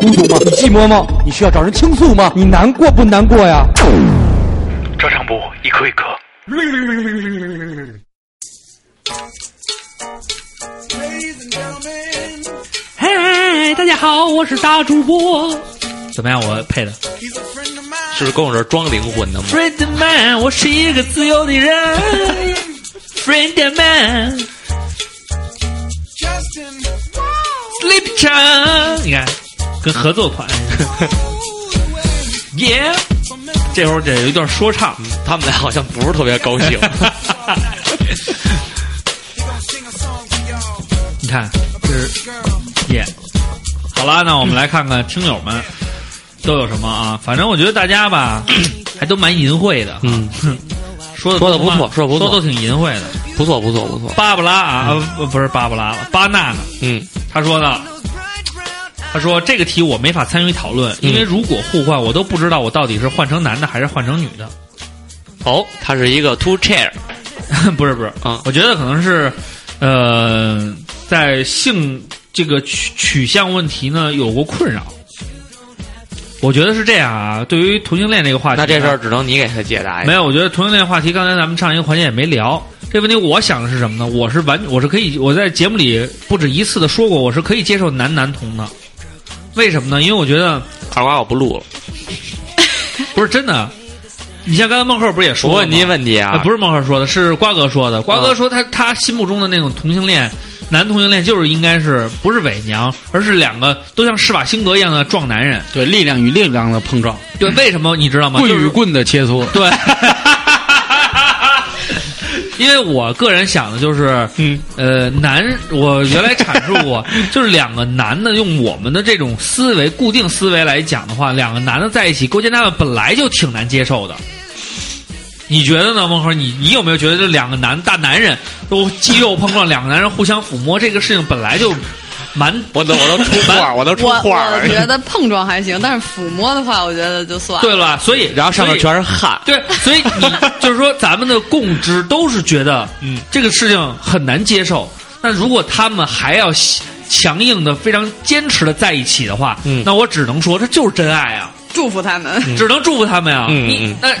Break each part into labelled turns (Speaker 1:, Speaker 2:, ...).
Speaker 1: 你孤独吗？你寂寞吗？你需要找人倾诉吗？你难过不难过呀？
Speaker 2: 照常不误，一颗一颗。
Speaker 3: 嗨，哎大家好，我是大主播
Speaker 4: 怎么样？我配的
Speaker 2: 是不是跟我这儿装灵魂呢吗？
Speaker 3: Friend Man，我是一个自由的人 Friend Man，Sleep
Speaker 4: 你看，跟合作 款。
Speaker 3: Yeah，
Speaker 4: 这会儿得有一段说唱，
Speaker 2: 他们俩好像不是特别高 兴。
Speaker 4: 你看，就是耶。好啦，那我们来看看听友们都有什么啊？反正我觉得大家吧， 还都蛮淫秽的，
Speaker 2: 嗯，
Speaker 4: 说的
Speaker 2: 说得不错说得不错
Speaker 4: 都挺淫秽的。
Speaker 2: 不错，不错，不错。
Speaker 4: 芭芭拉啊，呃不是芭芭拉了，巴娜娜，
Speaker 2: 嗯，
Speaker 4: 他说呢，他说这个题我没法参与讨论，因为
Speaker 2: 嗯
Speaker 4: 如果互换，我都不知道我到底是换成男的还是换成女的。
Speaker 2: 哦，他是一个 two chair，
Speaker 4: 不是不是
Speaker 2: 啊
Speaker 4: 我觉得可能是，呃，在性这个取取向问题呢有过困扰。我觉得是这样啊，对于同性恋这个话题呢，
Speaker 2: 那这事儿只能你给他解答呀。
Speaker 4: 没有，我觉得同性恋话题，刚才咱们上一个环节也没聊。这问题我想的是什么呢？我是完，我是可以，我在节目里不止一次的说过，我是可以接受男男同的。为什么呢？因为我觉得
Speaker 2: 二瓜，我不录了。
Speaker 4: 不是真的。你像刚才孟鹤不是也说
Speaker 2: 我
Speaker 4: 了
Speaker 2: 问
Speaker 4: 吗
Speaker 2: 您问题
Speaker 4: 啊，
Speaker 2: 啊，
Speaker 4: 不是孟鹤说的，是瓜哥说的。瓜哥
Speaker 2: 啊
Speaker 4: 说他他心目中的那种同性恋，男同性恋就是应该是不是伪娘，而是两个都像施瓦辛格一样的壮男人。
Speaker 5: 对，力量与力量的碰撞，
Speaker 4: 对，为什么你知道吗？
Speaker 5: 棍
Speaker 4: 就是
Speaker 5: 与棍的切磋。
Speaker 4: 对，因为我个人想的就是，
Speaker 5: 嗯，
Speaker 4: 呃，男，我原来阐述过，就是两个男的用我们的这种思维、固定思维来讲的话，两个男的在一起勾肩搭背本来就挺难接受的。你觉得呢，孟和？你你有没有觉得这两个男大男人都肌肉碰撞，两个男人互相抚摸这个事情本来就蛮
Speaker 2: 我都我都出画， 我都出
Speaker 6: 我
Speaker 2: 画
Speaker 6: 我觉
Speaker 2: 了。
Speaker 6: 得碰撞还行，但是抚摸的话，我觉得就算了。
Speaker 4: 对了吧？所以
Speaker 2: 然后上面
Speaker 4: 所
Speaker 2: 全
Speaker 4: 以
Speaker 2: 是汗。啊
Speaker 4: 对，所以你 就是说，咱们的共知都是觉得，嗯，这个事情很难接受。那如果他们还要强硬的、非常坚持的在一起的话，
Speaker 2: 嗯
Speaker 4: 那我只能说，这就是真爱啊，
Speaker 6: 祝福他们。
Speaker 4: 只能祝福他们呀、
Speaker 2: 嗯
Speaker 4: 你
Speaker 2: 嗯
Speaker 4: 那，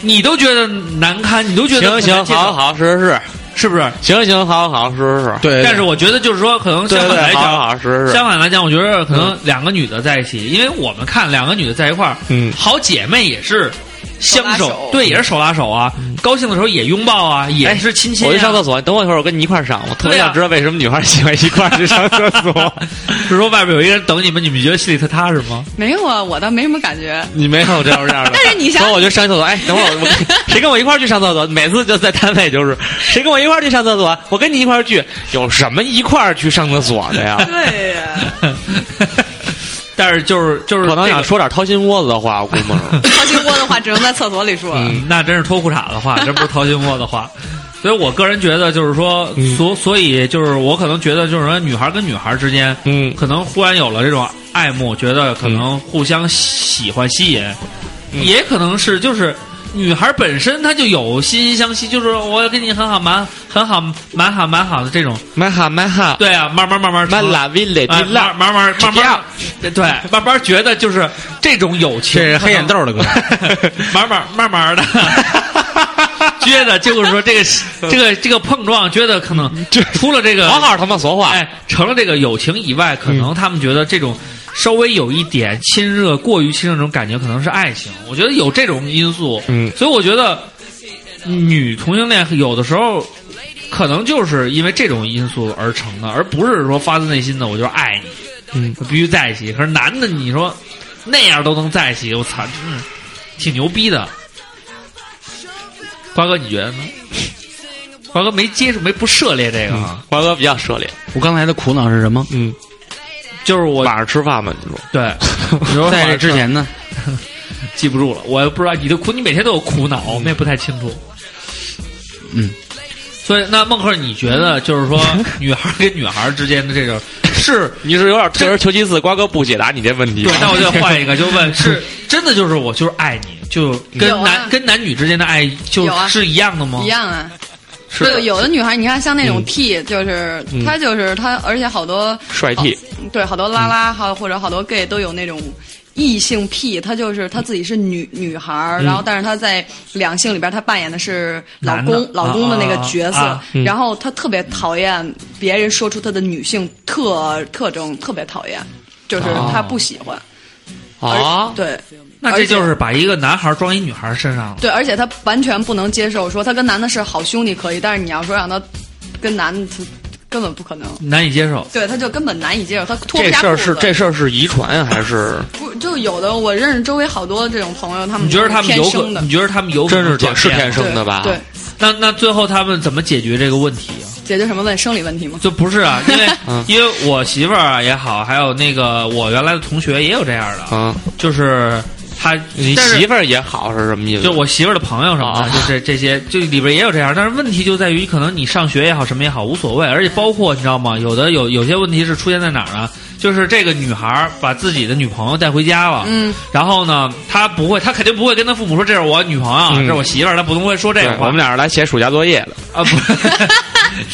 Speaker 4: 你都觉得难堪，你都觉得
Speaker 2: 行
Speaker 4: 很
Speaker 2: 行，
Speaker 4: 难接受
Speaker 2: 好，好，是是是。
Speaker 4: 是不是？
Speaker 2: 行行，好好，是是是。
Speaker 5: 对，
Speaker 4: 但是我觉得就是说，可能
Speaker 2: 对
Speaker 4: 相
Speaker 2: 对
Speaker 4: 反来
Speaker 2: 对，好
Speaker 4: 讲，
Speaker 2: 好，哎是是是。
Speaker 4: 相反来讲，我觉得可能两个女的在一起，因为我们看两个女的在一块儿，
Speaker 2: 嗯
Speaker 4: 好姐妹也是相
Speaker 6: 手拉手
Speaker 4: 对，也是手拉手啊，高兴的时候也拥抱啊，也是亲亲、啊。
Speaker 2: 我去上厕所，你等我一会儿，我跟你一块儿上。我特别
Speaker 4: 对啊
Speaker 2: 想知道为什么女孩喜欢一块儿去上厕 所。
Speaker 4: 是说外边有一个人等你们，你们觉得心里特踏实吗？
Speaker 6: 没有啊，我倒没什么感觉。
Speaker 2: 你没有这样这样的。
Speaker 6: 但是你想
Speaker 2: 等我就上厕所，哎，等会儿我 我谁跟我一块儿去上厕所？每次就在单位就是谁跟我一块儿去上厕所，我跟你一块儿去，有什么一块儿去上厕所的 呀？
Speaker 6: 对呀、
Speaker 4: 但是就是就是
Speaker 2: 可能
Speaker 4: 这
Speaker 2: 想
Speaker 4: 个
Speaker 2: 说点掏心窝子的话，我估摸着。
Speaker 6: 掏心窝的话，只能在厕所里说。
Speaker 4: 嗯，那真是脱裤衩的 话，真不是掏心窝的话。所以我个人觉得，就是说，所所以就是我可能觉得，就是说，女孩跟女孩之间，
Speaker 2: 嗯
Speaker 4: 可能忽然有了这种爱慕，觉得可能互相喜欢吸引，
Speaker 2: 嗯
Speaker 4: 也可能是就是女孩本身她就有心心相惜，就是我跟你很好蛮很好蛮好蛮好的这种，
Speaker 2: 买哈买哈，
Speaker 4: 对啊，慢慢慢慢
Speaker 2: 买拉维雷迪
Speaker 4: 哎
Speaker 2: 拉
Speaker 4: 慢，慢慢慢慢，对，慢慢觉得就是这种友情，
Speaker 5: 这是黑眼豆的歌，
Speaker 4: 慢慢慢慢 的，觉得就是说这个这个这个碰撞，觉得可能除了这个
Speaker 2: 好好他妈说话。嗯
Speaker 4: 哎，成了这个友情以外，可能他们觉得这种稍微有一点亲热、过于亲热这种感觉，可能是爱情。我觉得有这种因素，
Speaker 2: 嗯
Speaker 4: 所以我觉得女同性恋有的时候可能就是因为这种因素而成的，而不是说发自内心的我就是爱你，
Speaker 2: 嗯，
Speaker 4: 我必须在一起。可是男的，你说那样都能在一起，我操，真是挺牛逼的。瓜哥，你觉得呢？瓜哥没接触，没不涉猎这个啊。
Speaker 2: 华哥比较涉猎，
Speaker 5: 我刚才的苦恼是什么？
Speaker 2: 嗯，
Speaker 4: 就是我
Speaker 2: 晚上吃饭嘛，你说
Speaker 4: 对，你说
Speaker 5: 在这之前呢，
Speaker 4: 记不住了，我也不知道你的苦，你每天都有苦恼，我们也不太清楚。
Speaker 5: 嗯，
Speaker 4: 所以那孟克，你觉得就是 说，女孩儿跟女孩儿之间的这种是？
Speaker 2: 你是有点退而求其次。瓜哥不解答你这问题
Speaker 4: 对，，那我就换一个，就 问是真的就是我就是爱你，就跟
Speaker 6: 有啊
Speaker 4: 男、跟男女之间的爱就
Speaker 6: 有啊
Speaker 4: 是一样的吗？
Speaker 6: 一样啊，
Speaker 2: 是
Speaker 6: 对，有的女孩，你看像那种
Speaker 2: 嗯
Speaker 6: T，、就是
Speaker 2: 嗯
Speaker 6: 她就是她，而且好多
Speaker 2: 帅 T 嗯
Speaker 6: 好对，好多拉拉，还有或者好多 gay 都有那种异性癖，她就是她自己是女女孩
Speaker 2: 嗯
Speaker 6: 儿，然后但是她在两性里边，她扮演的是老
Speaker 4: 男的
Speaker 6: 公老公的那个角色，
Speaker 4: 啊啊
Speaker 2: 嗯
Speaker 6: 然后她特别讨厌别人说出她的女性特特征，特别讨厌，就是
Speaker 2: 哦
Speaker 6: 她不喜欢，
Speaker 2: 啊
Speaker 4: 哦
Speaker 6: 而，对。
Speaker 4: 那这就
Speaker 6: 而且
Speaker 4: 是把一个男孩装一女孩身上了。
Speaker 6: 对，而且他完全不能接受说他跟男的是好兄弟可以，但是你要说让他跟男的，他根本不可能。
Speaker 4: 难以接受，
Speaker 6: 对，他就根本难以接受，他脱不
Speaker 2: 这
Speaker 6: 下
Speaker 2: 事
Speaker 6: 裤
Speaker 2: 儿
Speaker 6: 子。
Speaker 2: 是这事儿是遗传还是
Speaker 6: 不就有的我认识周围好多这种朋友，他们
Speaker 4: 你觉得他们
Speaker 6: 天
Speaker 4: 有可
Speaker 6: 生？的
Speaker 4: 你觉得他们有可
Speaker 2: 真
Speaker 4: 能
Speaker 2: 是
Speaker 4: 转
Speaker 2: 天是
Speaker 4: 变
Speaker 2: 天
Speaker 4: 吗
Speaker 2: 生的吧？
Speaker 6: 对，
Speaker 4: 那那最后他们怎么解决这个问题啊？
Speaker 6: 解决什么问生理问题吗？
Speaker 4: 就不是啊， 因为、
Speaker 2: 嗯
Speaker 4: 因为我媳妇儿啊也好，还有那个我原来的同学也有这样的，
Speaker 2: 啊，
Speaker 4: 就是他，
Speaker 2: 你
Speaker 4: 但是
Speaker 2: 媳妇儿也好是什么意思？
Speaker 4: 就我媳妇儿的朋友什么的，
Speaker 2: 啊
Speaker 4: 就这这些，就里边也有这样。但是问题就在于，可能你上学也好，什么也好，无所谓。而且包括你知道吗？有的有有些问题是出现在哪儿呢？就是这个女孩儿把自己的女朋友带回家了，
Speaker 6: 嗯，
Speaker 4: 然后呢，她不会，她肯定不会跟她父母说这是我女朋友，啊
Speaker 2: 嗯
Speaker 4: 这是我媳妇儿，她不能会说这
Speaker 2: 对
Speaker 4: 个话。
Speaker 2: 我们俩是来写暑假作业的，
Speaker 4: 啊，不，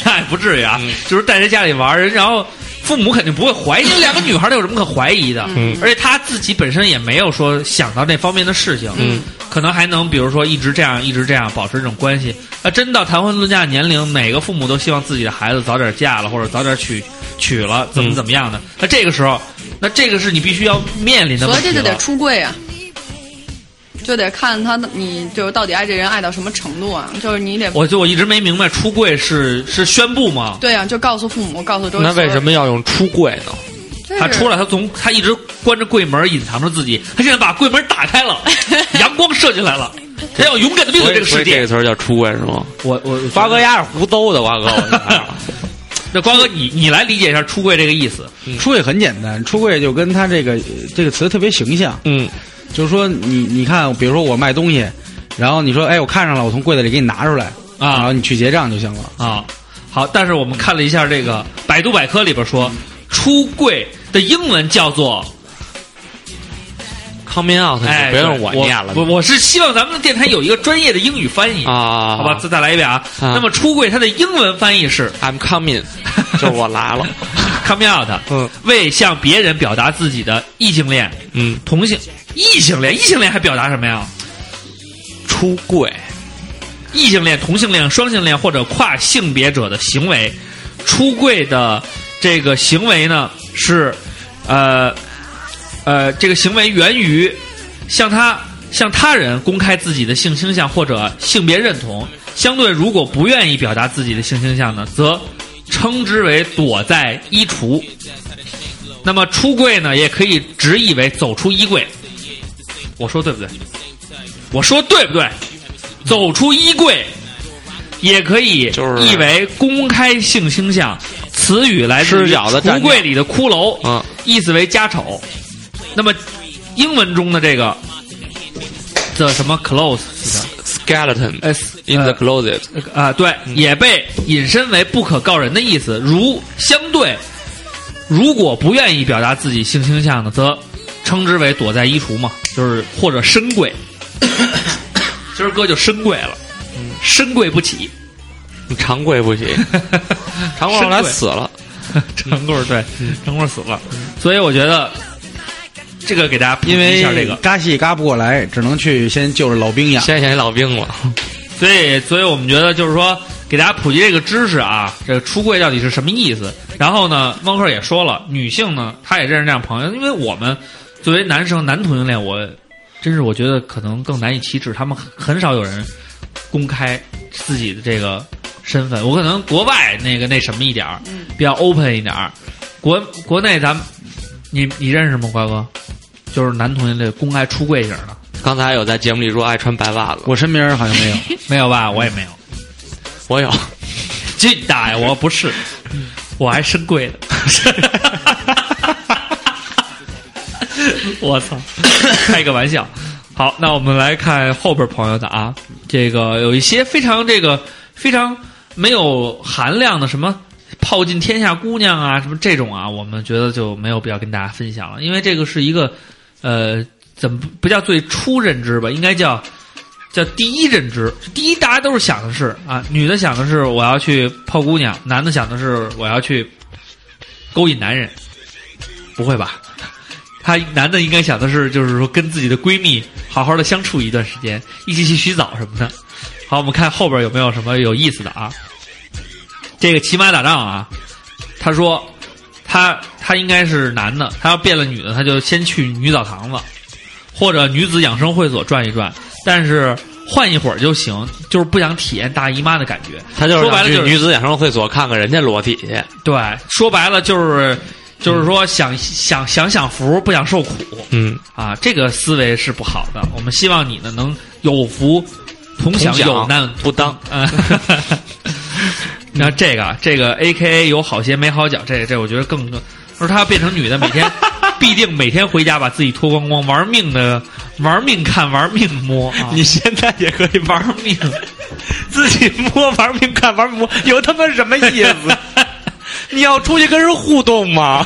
Speaker 4: 那也不至于啊，
Speaker 2: 嗯
Speaker 4: 就是带在家里玩儿，然后父母肯定不会怀疑，因为两个女孩儿她有什么可怀疑的？
Speaker 2: 嗯
Speaker 4: 而且她自己本身也没有说想到这方面的事情，
Speaker 6: 嗯，
Speaker 4: 可能还能比如说一直这样，一直这样保持这种关系。啊，真到谈婚论嫁的年龄，每个父母都希望自己的孩子早点嫁了，或者早点娶娶了，怎么
Speaker 2: 嗯
Speaker 4: 怎么样的。那这个时候，那这个是你必须要面临的
Speaker 6: 所
Speaker 4: 问
Speaker 6: 以
Speaker 4: 题
Speaker 6: 这
Speaker 4: 了。
Speaker 6: 就得出柜啊，就得看他的你就是到底爱这人爱到什么程度啊，就是你得
Speaker 4: 我就我一直没明白，出柜是是宣布吗？
Speaker 6: 对啊，就告诉父母，告诉周 围
Speaker 2: 那
Speaker 6: 所有
Speaker 2: 为
Speaker 6: 人。
Speaker 2: 什么要用出柜呢？
Speaker 6: 这
Speaker 4: 他
Speaker 6: 是
Speaker 4: 出来，他从他一直关着柜门，隐藏着自己。他现在把柜门打开了，阳光射进来了，他要勇敢的面
Speaker 2: 所
Speaker 4: 对
Speaker 2: 以
Speaker 4: 这个世
Speaker 2: 所以这
Speaker 4: 界
Speaker 2: 个。词儿叫出柜是吗？
Speaker 4: 我我
Speaker 2: 瓜哥丫是胡诌的，瓜哥，我觉 得
Speaker 4: 那瓜哥，你你来理解一下“出柜”这个意思。
Speaker 5: 出柜很简单，出柜就跟他这个呃这个词特别形象，
Speaker 2: 嗯，
Speaker 5: 就是说你你看，比如说我卖东西，然后你说哎我看上了，我从柜子里给你拿出来
Speaker 4: 啊
Speaker 5: 然后你去结账就行了。
Speaker 4: 啊。好，但是我们看了一下这个百度百科里边说，出柜的英文叫做
Speaker 2: coming out，
Speaker 4: 哎，
Speaker 2: 你别让
Speaker 4: 对我
Speaker 2: 念了
Speaker 4: 我我是希望咱们的电台有一个专业的英语翻译，
Speaker 2: 啊，
Speaker 4: 好吧？再再来一遍啊。
Speaker 2: 啊
Speaker 4: 那么出柜它的英文翻译是
Speaker 2: ，I'm coming，就是我来了，
Speaker 4: coming out，
Speaker 2: 嗯
Speaker 4: 为向别人表达自己的异性恋、
Speaker 2: 嗯，
Speaker 4: 同性、异性恋，异性恋还表达什么呀？
Speaker 2: 出柜，
Speaker 4: 异性恋、同性恋、双性恋或者跨性别者的行为，出柜的这个行为呢是，呃，呃，这个行为源于向他向他人公开自己的性倾向或者性别认同。相对，如果不愿意表达自己的性倾向呢，则称之为躲在衣橱。那么出柜呢，也可以直译为走出衣柜。我说对不对？我说对不对？走出衣柜，也可以
Speaker 2: 就是
Speaker 4: 译为公开性倾向。词语来自于
Speaker 2: 吃饺子蘸
Speaker 4: 橱柜里的骷髅，
Speaker 2: 嗯，
Speaker 4: 意思为家丑。那么英文中的这个的什么 close 是吧
Speaker 2: skeleton
Speaker 4: 呃
Speaker 2: in the closet，
Speaker 4: 啊、对，也被引申为不可告人的意思。如相对，如果不愿意表达自己性倾向的，则称之为躲在衣橱嘛，就是或者深柜。今儿哥就深柜了，深柜不起，
Speaker 2: 长柜不行， 长柜后来
Speaker 4: 深柜
Speaker 2: 死 了，
Speaker 4: 陈棍儿对，陈棍儿死了，所以我觉得这个给大家普及
Speaker 5: 因
Speaker 4: 一
Speaker 5: 为
Speaker 4: 下这个，
Speaker 5: 嘎戏嘎不过来，只能去先救着老兵养。
Speaker 2: 现在想起老兵了，
Speaker 4: 所以所以我们觉得就是说给大家普及这个知识啊，这个出柜到底是什么意思？然后呢，汪克也说了，女性呢，她也认识这样朋友，因为我们作为男生男同性恋，我真是我觉得可能更难以启齿，他们很很少有人公开自己的这个身份。我可能国外那个那什么一点儿，比较 open 一点儿。国国内咱们，你你认识吗，瓜哥？就是男同性恋公开出柜型的，
Speaker 2: 刚才有在节目里说爱穿白袜子，
Speaker 5: 我身边好像没有，
Speaker 4: 没有吧？我也没有。
Speaker 2: 我有，
Speaker 4: 这大爷，我不是，我还深柜的。我操，开个玩笑。好，那我们来看后边朋友的啊，这个有一些非常这个非常没有含量的什么泡尽天下姑娘啊，什么这种啊，我们觉得就没有必要跟大家分享了，因为这个是一个呃，怎么不叫最初认知吧，应该叫叫第一认知。第一，大家都是想的是啊，女的想的是我要去泡姑娘，男的想的是我要去勾引男人，不会吧？ 他男的应该想的是，就是说跟自己的闺蜜好好的相处一段时间，一起去洗澡什么的。好，我们看后边有没有什么有意思的啊？这个骑马打仗啊，他说他他应该是男的，他要变了女的，他就先去女澡堂子或者女子养生会所转一转，但是换一会儿就行，就是不想体验大姨妈的感觉。
Speaker 2: 他就是
Speaker 4: 说白了
Speaker 2: 想
Speaker 4: 就
Speaker 2: 去
Speaker 4: 是
Speaker 2: 女子养生会所看看人家裸体去，
Speaker 4: 对，说白了就是就是说想想想享福，不想受苦。
Speaker 2: 嗯，
Speaker 4: 啊，这个思维是不好的。我们希望你呢能有福同
Speaker 2: 同
Speaker 4: 享，
Speaker 2: 享
Speaker 4: 有难
Speaker 2: 不当。
Speaker 4: 啊。然后这个啊这个 A K A 有好鞋没好脚，这这我觉得更更，说她要变成女的，每 天必定每天回家把自己脱光光，玩命的玩命看，玩命摸啊，
Speaker 2: 你现在也可以玩
Speaker 4: 玩 命。
Speaker 2: 自己摸，玩命看，玩命摸，有他妈什么意 思？ 你要出去跟人互动 吗？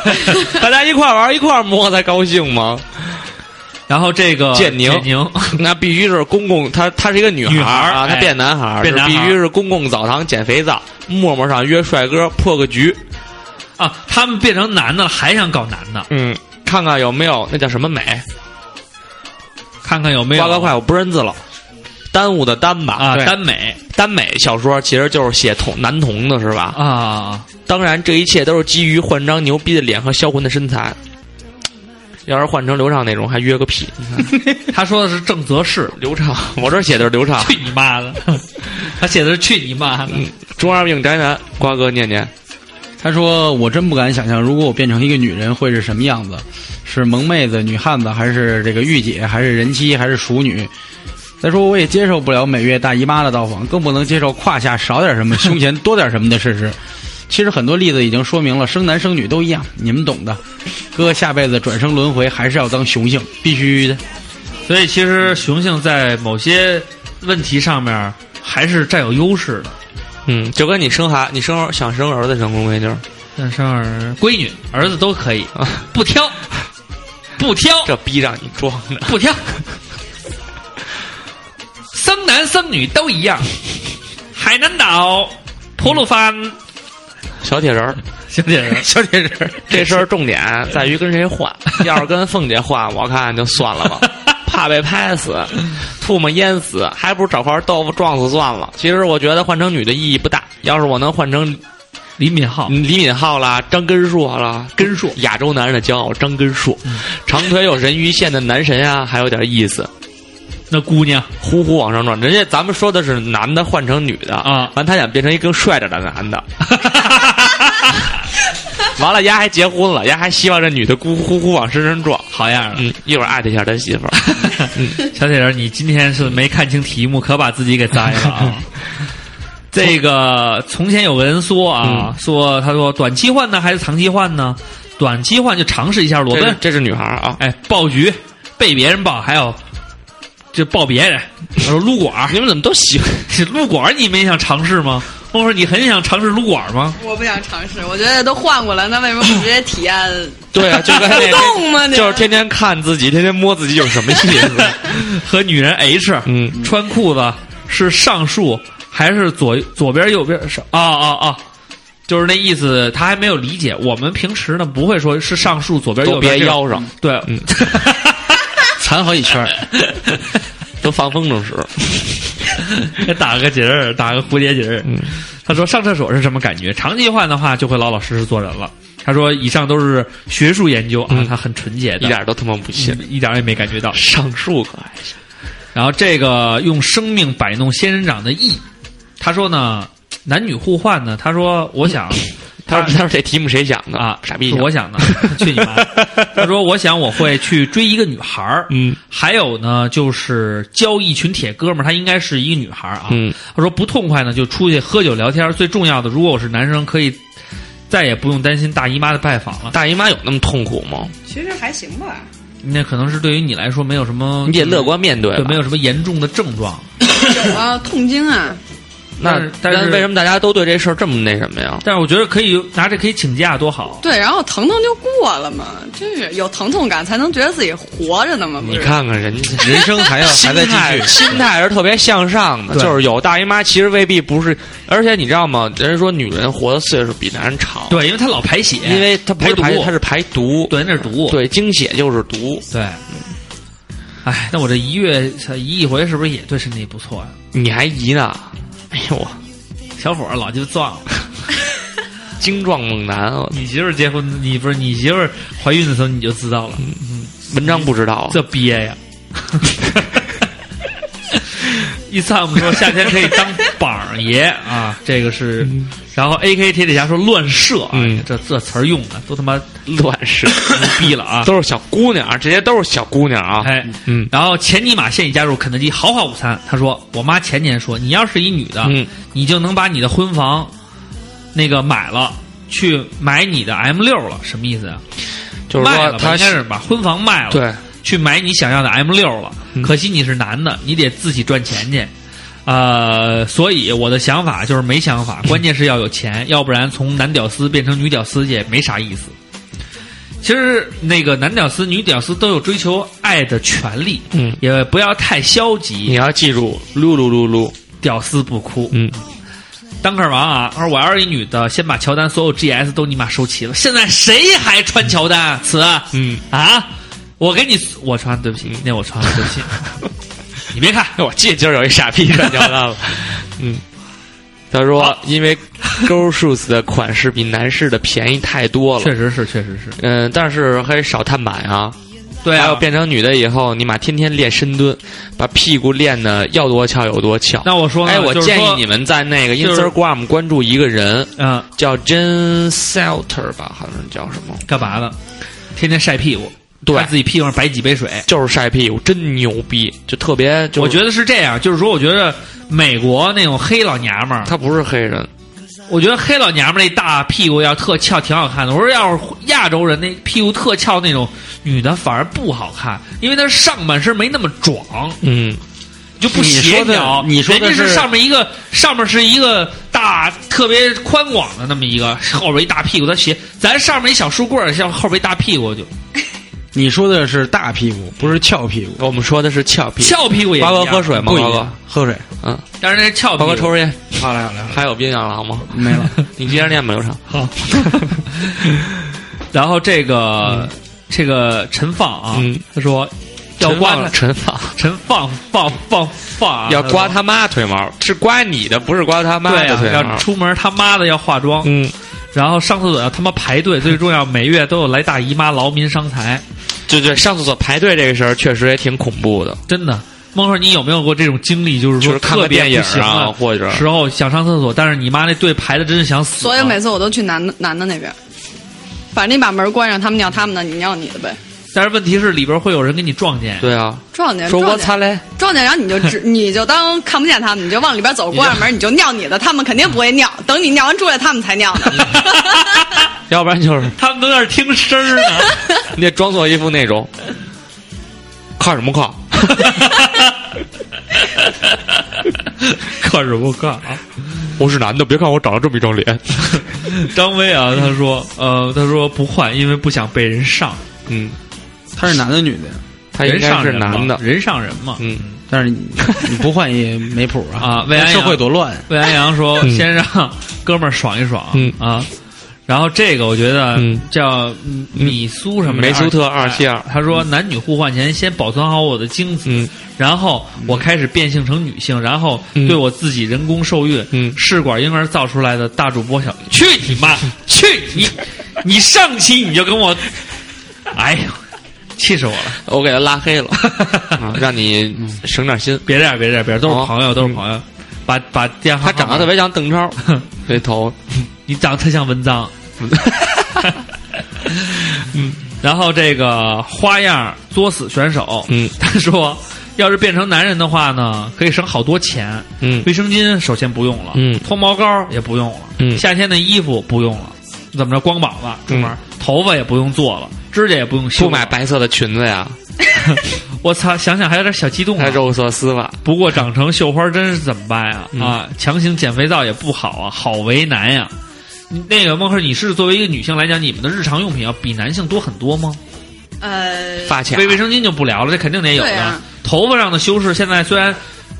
Speaker 2: 大家一块儿玩一块儿摸才高兴吗？
Speaker 4: 然后这个
Speaker 2: 建宁
Speaker 4: 建宁
Speaker 2: 那必须是公共，她她是一个女孩
Speaker 4: 女孩儿
Speaker 2: 啊，她
Speaker 4: 哎
Speaker 2: 变男孩儿，
Speaker 4: 变
Speaker 2: 是
Speaker 4: 男孩
Speaker 2: 必
Speaker 4: 儿
Speaker 2: 须是公共澡堂捡肥皂，陌陌上约帅哥破个局，
Speaker 4: 啊，他们变成男的了还想搞男的，
Speaker 2: 嗯，看看有没有那叫什么美，
Speaker 4: 看看有没有
Speaker 2: 瓜哥快，我不认字了。耽误的耽吧
Speaker 4: 啊
Speaker 2: 对
Speaker 4: 耽美
Speaker 2: 耽美小说其实就是写同男童的是吧？
Speaker 4: 啊，
Speaker 2: 当然，这一切都是基于换张牛逼的脸和销魂的身材。要是换成刘畅那种，还约个屁！
Speaker 4: 他说的是正则式，
Speaker 2: 刘畅，我这写的是刘畅，
Speaker 4: 去你妈的！ 他写的是去你妈
Speaker 2: 嗯
Speaker 4: 的。
Speaker 2: 中二病宅男，瓜哥念念，
Speaker 5: 他说：“我真不敢想象，如果我变成一个女人会是什么样子，是萌妹子、女汉子，还是这个御姐，还是人妻，还是熟女？再说，我也接受不了每月大姨妈的到访，更不能接受胯下少点什么、胸前多点什么的事实。 其实很多例子已经说明了，生男生女都一样，你们懂的。哥下辈子转生轮回还是要当雄性，必须的。
Speaker 4: 所以其实雄性在某些问题上面还是占有优势的。
Speaker 2: 嗯，就跟你生孩，你生儿想生儿子成功没劲儿，
Speaker 4: 但生儿闺女、儿子都可以
Speaker 2: 啊，
Speaker 4: 不挑，不挑，
Speaker 2: 这逼让你装的。
Speaker 4: 不挑。生男生女都一样。海南岛吐
Speaker 2: 嗯
Speaker 4: 鲁番
Speaker 2: 小铁 人儿，
Speaker 4: 小姐人，
Speaker 5: 小铁人，
Speaker 2: 这事儿重点在于跟谁 换。要是跟凤姐换，我看就算 了吧，怕被拍死，吐沫淹死，还不如找块豆腐撞死算了。其实我觉得换成女的意义不大，要是我能换成
Speaker 4: 李敏镐
Speaker 2: 李敏镐啦、张根硕啦、哦根硕，嗯亚洲男人的骄傲张根硕，长腿有人鱼线的男神啊，还有点意思。
Speaker 4: 那姑娘
Speaker 2: 呼呼往上撞，人家咱们说的是男的换成女的
Speaker 4: 啊
Speaker 2: 完他想变成一更帅点的男的， 完了丫还结婚了，丫还希望这女的咕呼呼往身上撞，
Speaker 4: 好样的。
Speaker 2: 嗯，一会儿艾特一下他媳 妇儿，嗯
Speaker 4: 小铁人，你今天是没看清题目，可把自己给栽了 啊！这个从前有个人说
Speaker 2: 嗯
Speaker 4: 啊，说他说短期换呢还是长期换呢？短期换就尝试一下裸
Speaker 2: 这
Speaker 4: 奔
Speaker 2: 是，这是女孩儿啊，
Speaker 4: 哎，爆菊，被别人爆，还有就爆别人，他说撸管 儿，
Speaker 2: 你们怎么都喜欢？
Speaker 4: 撸管儿你们也想尝试吗？我说你很想尝试撸管儿吗？
Speaker 6: 我不想尝试，我觉得都换过来，那为什么不直接体验？
Speaker 2: 对 啊，就跟那
Speaker 6: 互动吗
Speaker 2: 天
Speaker 6: 你
Speaker 2: 就是天天看自己，天天摸自己有什么意 思？
Speaker 4: 和女人 H，
Speaker 2: 嗯，
Speaker 4: 穿裤子是上束还是左左边右边上？啊啊啊！就是那意思，他还没有理解。我们平时呢不会说是上束左边
Speaker 2: 都
Speaker 4: 右边
Speaker 2: 别
Speaker 4: 这种，
Speaker 2: 腰上，
Speaker 4: 对，
Speaker 2: 嗯
Speaker 5: 缠好几圈儿。
Speaker 2: 都放风筝使。
Speaker 4: 打个结儿，打个蝴蝶结
Speaker 2: 嗯
Speaker 4: 儿。他说上厕所是什么感觉？长期换的话，就会老老实实做人了。他说以上都是学术研究啊
Speaker 2: 嗯，
Speaker 4: 他很纯洁的，
Speaker 2: 一点都他妈不信。
Speaker 4: 一点儿也没感觉到。
Speaker 2: 嗯上树可爱，
Speaker 4: 然后这个用生命摆弄仙人掌的意，他说呢，男女互换呢，他说我想
Speaker 2: 嗯他说他说这题目谁想的
Speaker 4: 啊，
Speaker 2: 傻逼
Speaker 4: 是
Speaker 2: 想的
Speaker 4: 我想的，去你 妈的！他说我想我会去追一个女孩儿，
Speaker 2: 嗯
Speaker 4: 还有呢就是交一群铁哥们儿，他应该是一个女孩儿啊。
Speaker 2: 嗯
Speaker 4: 他说不痛快呢就出去喝酒聊天儿，最重要的，如果我是男生，可以再也不用担心大姨妈的拜访了。
Speaker 2: 大姨妈有那么痛苦吗？
Speaker 6: 其实还行吧，
Speaker 4: 那可能是对于你来说没有什么，
Speaker 2: 嗯你得乐，观面对吧
Speaker 4: 对，没有什么严重的症状。
Speaker 6: 有啊，痛经啊，
Speaker 2: 那
Speaker 4: 但是但是
Speaker 2: 为什么大家都对这事儿这么那什么呀？
Speaker 4: 但是我觉得可以拿着可以请假，多好。
Speaker 6: 对，然后疼疼就过了嘛，真是有疼痛感才能觉得自己活着呢嘛。不
Speaker 2: 你
Speaker 6: 是，
Speaker 2: 看看人家。
Speaker 5: 人生还要还在
Speaker 2: 心
Speaker 5: 继
Speaker 2: 态
Speaker 5: 续。
Speaker 2: 心态是特别向上的，
Speaker 4: 对
Speaker 2: 就是有大姨妈，其实未必不是。而且你知道吗？人家说女人活的岁数比男人长，
Speaker 4: 对，因为他老排血，
Speaker 2: 因为她不是排
Speaker 4: 排，毒
Speaker 2: 她是排毒，
Speaker 4: 对那是毒。
Speaker 2: 对，经血就是毒。
Speaker 4: 对，哎，那我这一月才移一回，是不是也对身体不错呀、
Speaker 2: 你还疑呢？ 哎呦，我
Speaker 4: 小伙儿老就撞 了。
Speaker 2: 精壮猛男，啊我
Speaker 4: 你媳妇儿结婚，你不是你媳妇儿怀孕的时候你就知道了，
Speaker 2: 嗯文章不知道啊，
Speaker 4: 这憋呀！ 一三我们说夏天可以当榜爷啊，这个是。然后 A K 铁铁侠说乱射啊，
Speaker 2: 嗯
Speaker 4: 这这词儿用的都他妈
Speaker 2: 乱世
Speaker 4: 牛逼了啊！
Speaker 2: 都是小姑娘啊，这些都是小姑娘啊。
Speaker 4: 哎，
Speaker 2: 嗯
Speaker 4: 然后前尼玛现已加入肯德基豪华午餐。他说：“我妈前年说，你要是一女的，
Speaker 2: 嗯
Speaker 4: 你就能把你的婚房那个买了，去买你的 M 六了，什么意思啊？
Speaker 2: 就是
Speaker 4: 卖
Speaker 2: 说
Speaker 4: 了吧，
Speaker 2: 她
Speaker 4: 应该是把婚房卖了，，
Speaker 2: 对，
Speaker 4: 去买你想要的 M 六了。
Speaker 2: 嗯
Speaker 4: 可惜你是男的，你得自己赚钱去。”呃，所以我的想法就是没想
Speaker 2: 嗯
Speaker 4: 法，关键是要有钱，要不然从男屌丝变成女屌丝也没啥意思。其实那个男屌丝、女屌丝都有追求爱的权利，
Speaker 2: 嗯，
Speaker 4: 也不要太消
Speaker 2: 你
Speaker 4: 极，
Speaker 2: 要记住，噜噜噜噜，
Speaker 4: 屌丝不哭。
Speaker 2: 嗯，
Speaker 4: 单克王啊，他说我要是一女的，先把乔丹所有 GS 都尼玛收齐了。现在谁还穿乔丹啊？词
Speaker 2: 嗯，
Speaker 4: 啊，我给你，我穿，对不起，那我穿了，对不起。你别看，
Speaker 2: 我记得今儿有一傻逼转交蛋 了，嗯，他说因为 girl shoes 的款式比男士的便宜太多了，
Speaker 4: 确实是，确实是，
Speaker 2: 嗯，但是还得少碳板啊，
Speaker 4: 对
Speaker 2: 还
Speaker 4: 啊
Speaker 2: 有。变成女的以后，你妈天天练深蹲，把屁股练的要多翘有多翘。
Speaker 4: 那我说呢，
Speaker 2: 哎，我
Speaker 4: 就是
Speaker 2: 建议
Speaker 4: 说
Speaker 2: 你，们在那个
Speaker 4: 就是
Speaker 2: Instagram 关注一个人，
Speaker 4: 嗯、
Speaker 2: 叫 Jen Selter 吧，好像是叫什么，
Speaker 4: 干嘛呢？天天晒屁股，
Speaker 2: 对
Speaker 4: 看，自己屁股上摆几杯水，
Speaker 2: 就是晒屁股，真牛逼，就特别，就
Speaker 4: 我觉得是这样，就是说，我觉得美国那种黑老娘们儿，
Speaker 2: 他不是黑人，
Speaker 4: 我觉得黑老娘们儿那大屁股要特翘，挺好看的。我说要是亚洲人那屁股特翘那种女的反而不好看，因为她上半身没那么壮，
Speaker 2: 嗯，
Speaker 4: 就不协调。
Speaker 5: 你说的你说的
Speaker 4: 人家是
Speaker 5: 是
Speaker 4: 上面一个上面是一个大特别宽广的那么一个，后边一大屁股，她斜，咱上面一小书棍儿，像后边一大屁股就
Speaker 5: 你说的是大屁股，不是翘屁股。
Speaker 2: 我们说的是翘屁股。
Speaker 4: 翘屁股也一
Speaker 2: 瓜
Speaker 4: 样
Speaker 2: 哥喝，水吗？
Speaker 5: 不一
Speaker 2: 瓜哥
Speaker 5: 样，，喝水。
Speaker 2: 嗯，
Speaker 4: 但是那翘屁
Speaker 2: 瓜
Speaker 4: 股
Speaker 2: 哥抽根烟，
Speaker 5: 好嘞，好嘞，好嘞
Speaker 2: 还有冰洋了好吗？
Speaker 5: 没了。
Speaker 2: 你接着念吧，刘畅。
Speaker 4: 好，然后这个、这个陈放啊，
Speaker 2: 嗯
Speaker 4: 他说要刮他啊
Speaker 2: 陈放，
Speaker 4: 陈放放放放啊，
Speaker 2: 要刮
Speaker 4: 他
Speaker 2: 他妈腿毛，是刮你的，不是刮他妈
Speaker 4: 对
Speaker 2: 的
Speaker 4: 啊，
Speaker 2: 腿毛
Speaker 4: 要。出门他妈的要化妆，
Speaker 2: 嗯，
Speaker 4: 然后上厕所要他妈排队，最重要每月都有来大姨妈劳民伤财，
Speaker 2: 对对，上厕所排队这个事儿确实也挺恐怖的，
Speaker 4: 真的。孟鹤，你有没有过这种经历？就是
Speaker 2: 就
Speaker 4: 说
Speaker 2: 是看
Speaker 4: 特
Speaker 2: 个
Speaker 4: 别
Speaker 2: 电影
Speaker 4: 不行
Speaker 2: 啊，
Speaker 4: 了
Speaker 2: 或者
Speaker 4: 时候想上厕所，但是你妈那队排的真是想死啊。
Speaker 6: 所以每次我都去男的男的那边，反正你把门关上，他们尿他们的，你尿你的呗。
Speaker 4: 但是问题是里边会有人给你撞见，
Speaker 2: 对啊，
Speaker 6: 撞见
Speaker 2: 说我
Speaker 6: 撞
Speaker 2: 擦
Speaker 6: 见
Speaker 2: 嘞，
Speaker 6: 撞见，然后你就 只你就当看不见他们，你就往里边走，关上门你就尿你的，他们肯定不会尿。等你尿完出来，他们才尿呢。
Speaker 2: 要不然就是
Speaker 4: 他们都在那儿听声儿呢。
Speaker 2: 你得装作一副那种，靠什么靠？
Speaker 4: 靠什么靠啊？
Speaker 2: 我是男的，别看我长了这么一张脸。
Speaker 4: 张威啊，他说，呃，他说不换，因为不想被人上，
Speaker 2: 嗯，
Speaker 5: 他是男的女的呀？
Speaker 2: 他应
Speaker 4: 人
Speaker 2: 该
Speaker 4: 上
Speaker 2: 是
Speaker 4: 人嘛
Speaker 2: 男的。
Speaker 4: 人上人嘛。
Speaker 2: 嗯，
Speaker 5: 但是你你不换也没谱
Speaker 4: 啊
Speaker 5: 啊！
Speaker 4: 未来
Speaker 5: 社
Speaker 4: 呀
Speaker 5: 会多乱啊！
Speaker 4: 魏安阳说，
Speaker 2: 嗯
Speaker 4: 先让哥们儿爽一爽，
Speaker 2: 嗯
Speaker 4: 啊。然后这个我觉得
Speaker 2: 嗯
Speaker 4: 叫嗯米苏什么的
Speaker 2: 梅苏特
Speaker 4: 二
Speaker 2: 二七二
Speaker 4: 啊他说男女互换前先保存好我的精子，
Speaker 2: 嗯
Speaker 4: 然后我开始变性成女性，然后
Speaker 2: 嗯
Speaker 4: 对我自己人工受孕，
Speaker 2: 嗯
Speaker 4: 试管婴儿造出来的大主播小，去你 妈，去你，你上期你就跟我，哎呦，气死我了。
Speaker 2: 我给他拉 黑了，啊让你省点心。
Speaker 4: 别这样，别这样，别这样，都是朋友，都是朋友。把把电话
Speaker 2: 他
Speaker 4: 号码，
Speaker 2: 长得特别像邓 超，这头。
Speaker 4: 你长得特像文 章。嗯，然后这个花样作死选手，
Speaker 2: 嗯
Speaker 4: 他说，要是变成男人的话呢，可以省好多钱。
Speaker 2: 嗯
Speaker 4: 卫生巾首先不用了，
Speaker 2: 嗯
Speaker 4: 脱毛膏也不用了，
Speaker 2: 嗯
Speaker 4: 夏天的衣服不用了，怎么着光膀子出门，头发也不用做了，指甲也不用修
Speaker 2: 嗯不
Speaker 4: 了，
Speaker 2: 买白色的裙子呀？
Speaker 4: 我操，想想还有点小激动、啊
Speaker 2: 太。肉色丝了。
Speaker 4: 不过长成绣花针是怎么办呀？啊，强行减肥皂也不好啊，好为难呀、你那个孟鹤，你是作为一个女性来讲，你们的日常用品要比男性多很多吗？
Speaker 6: 呃，
Speaker 2: 发卡
Speaker 4: 卫卫生巾就不聊了，这肯定得有
Speaker 6: 对
Speaker 4: 的。
Speaker 6: 啊
Speaker 4: 头发上的修饰，现在虽然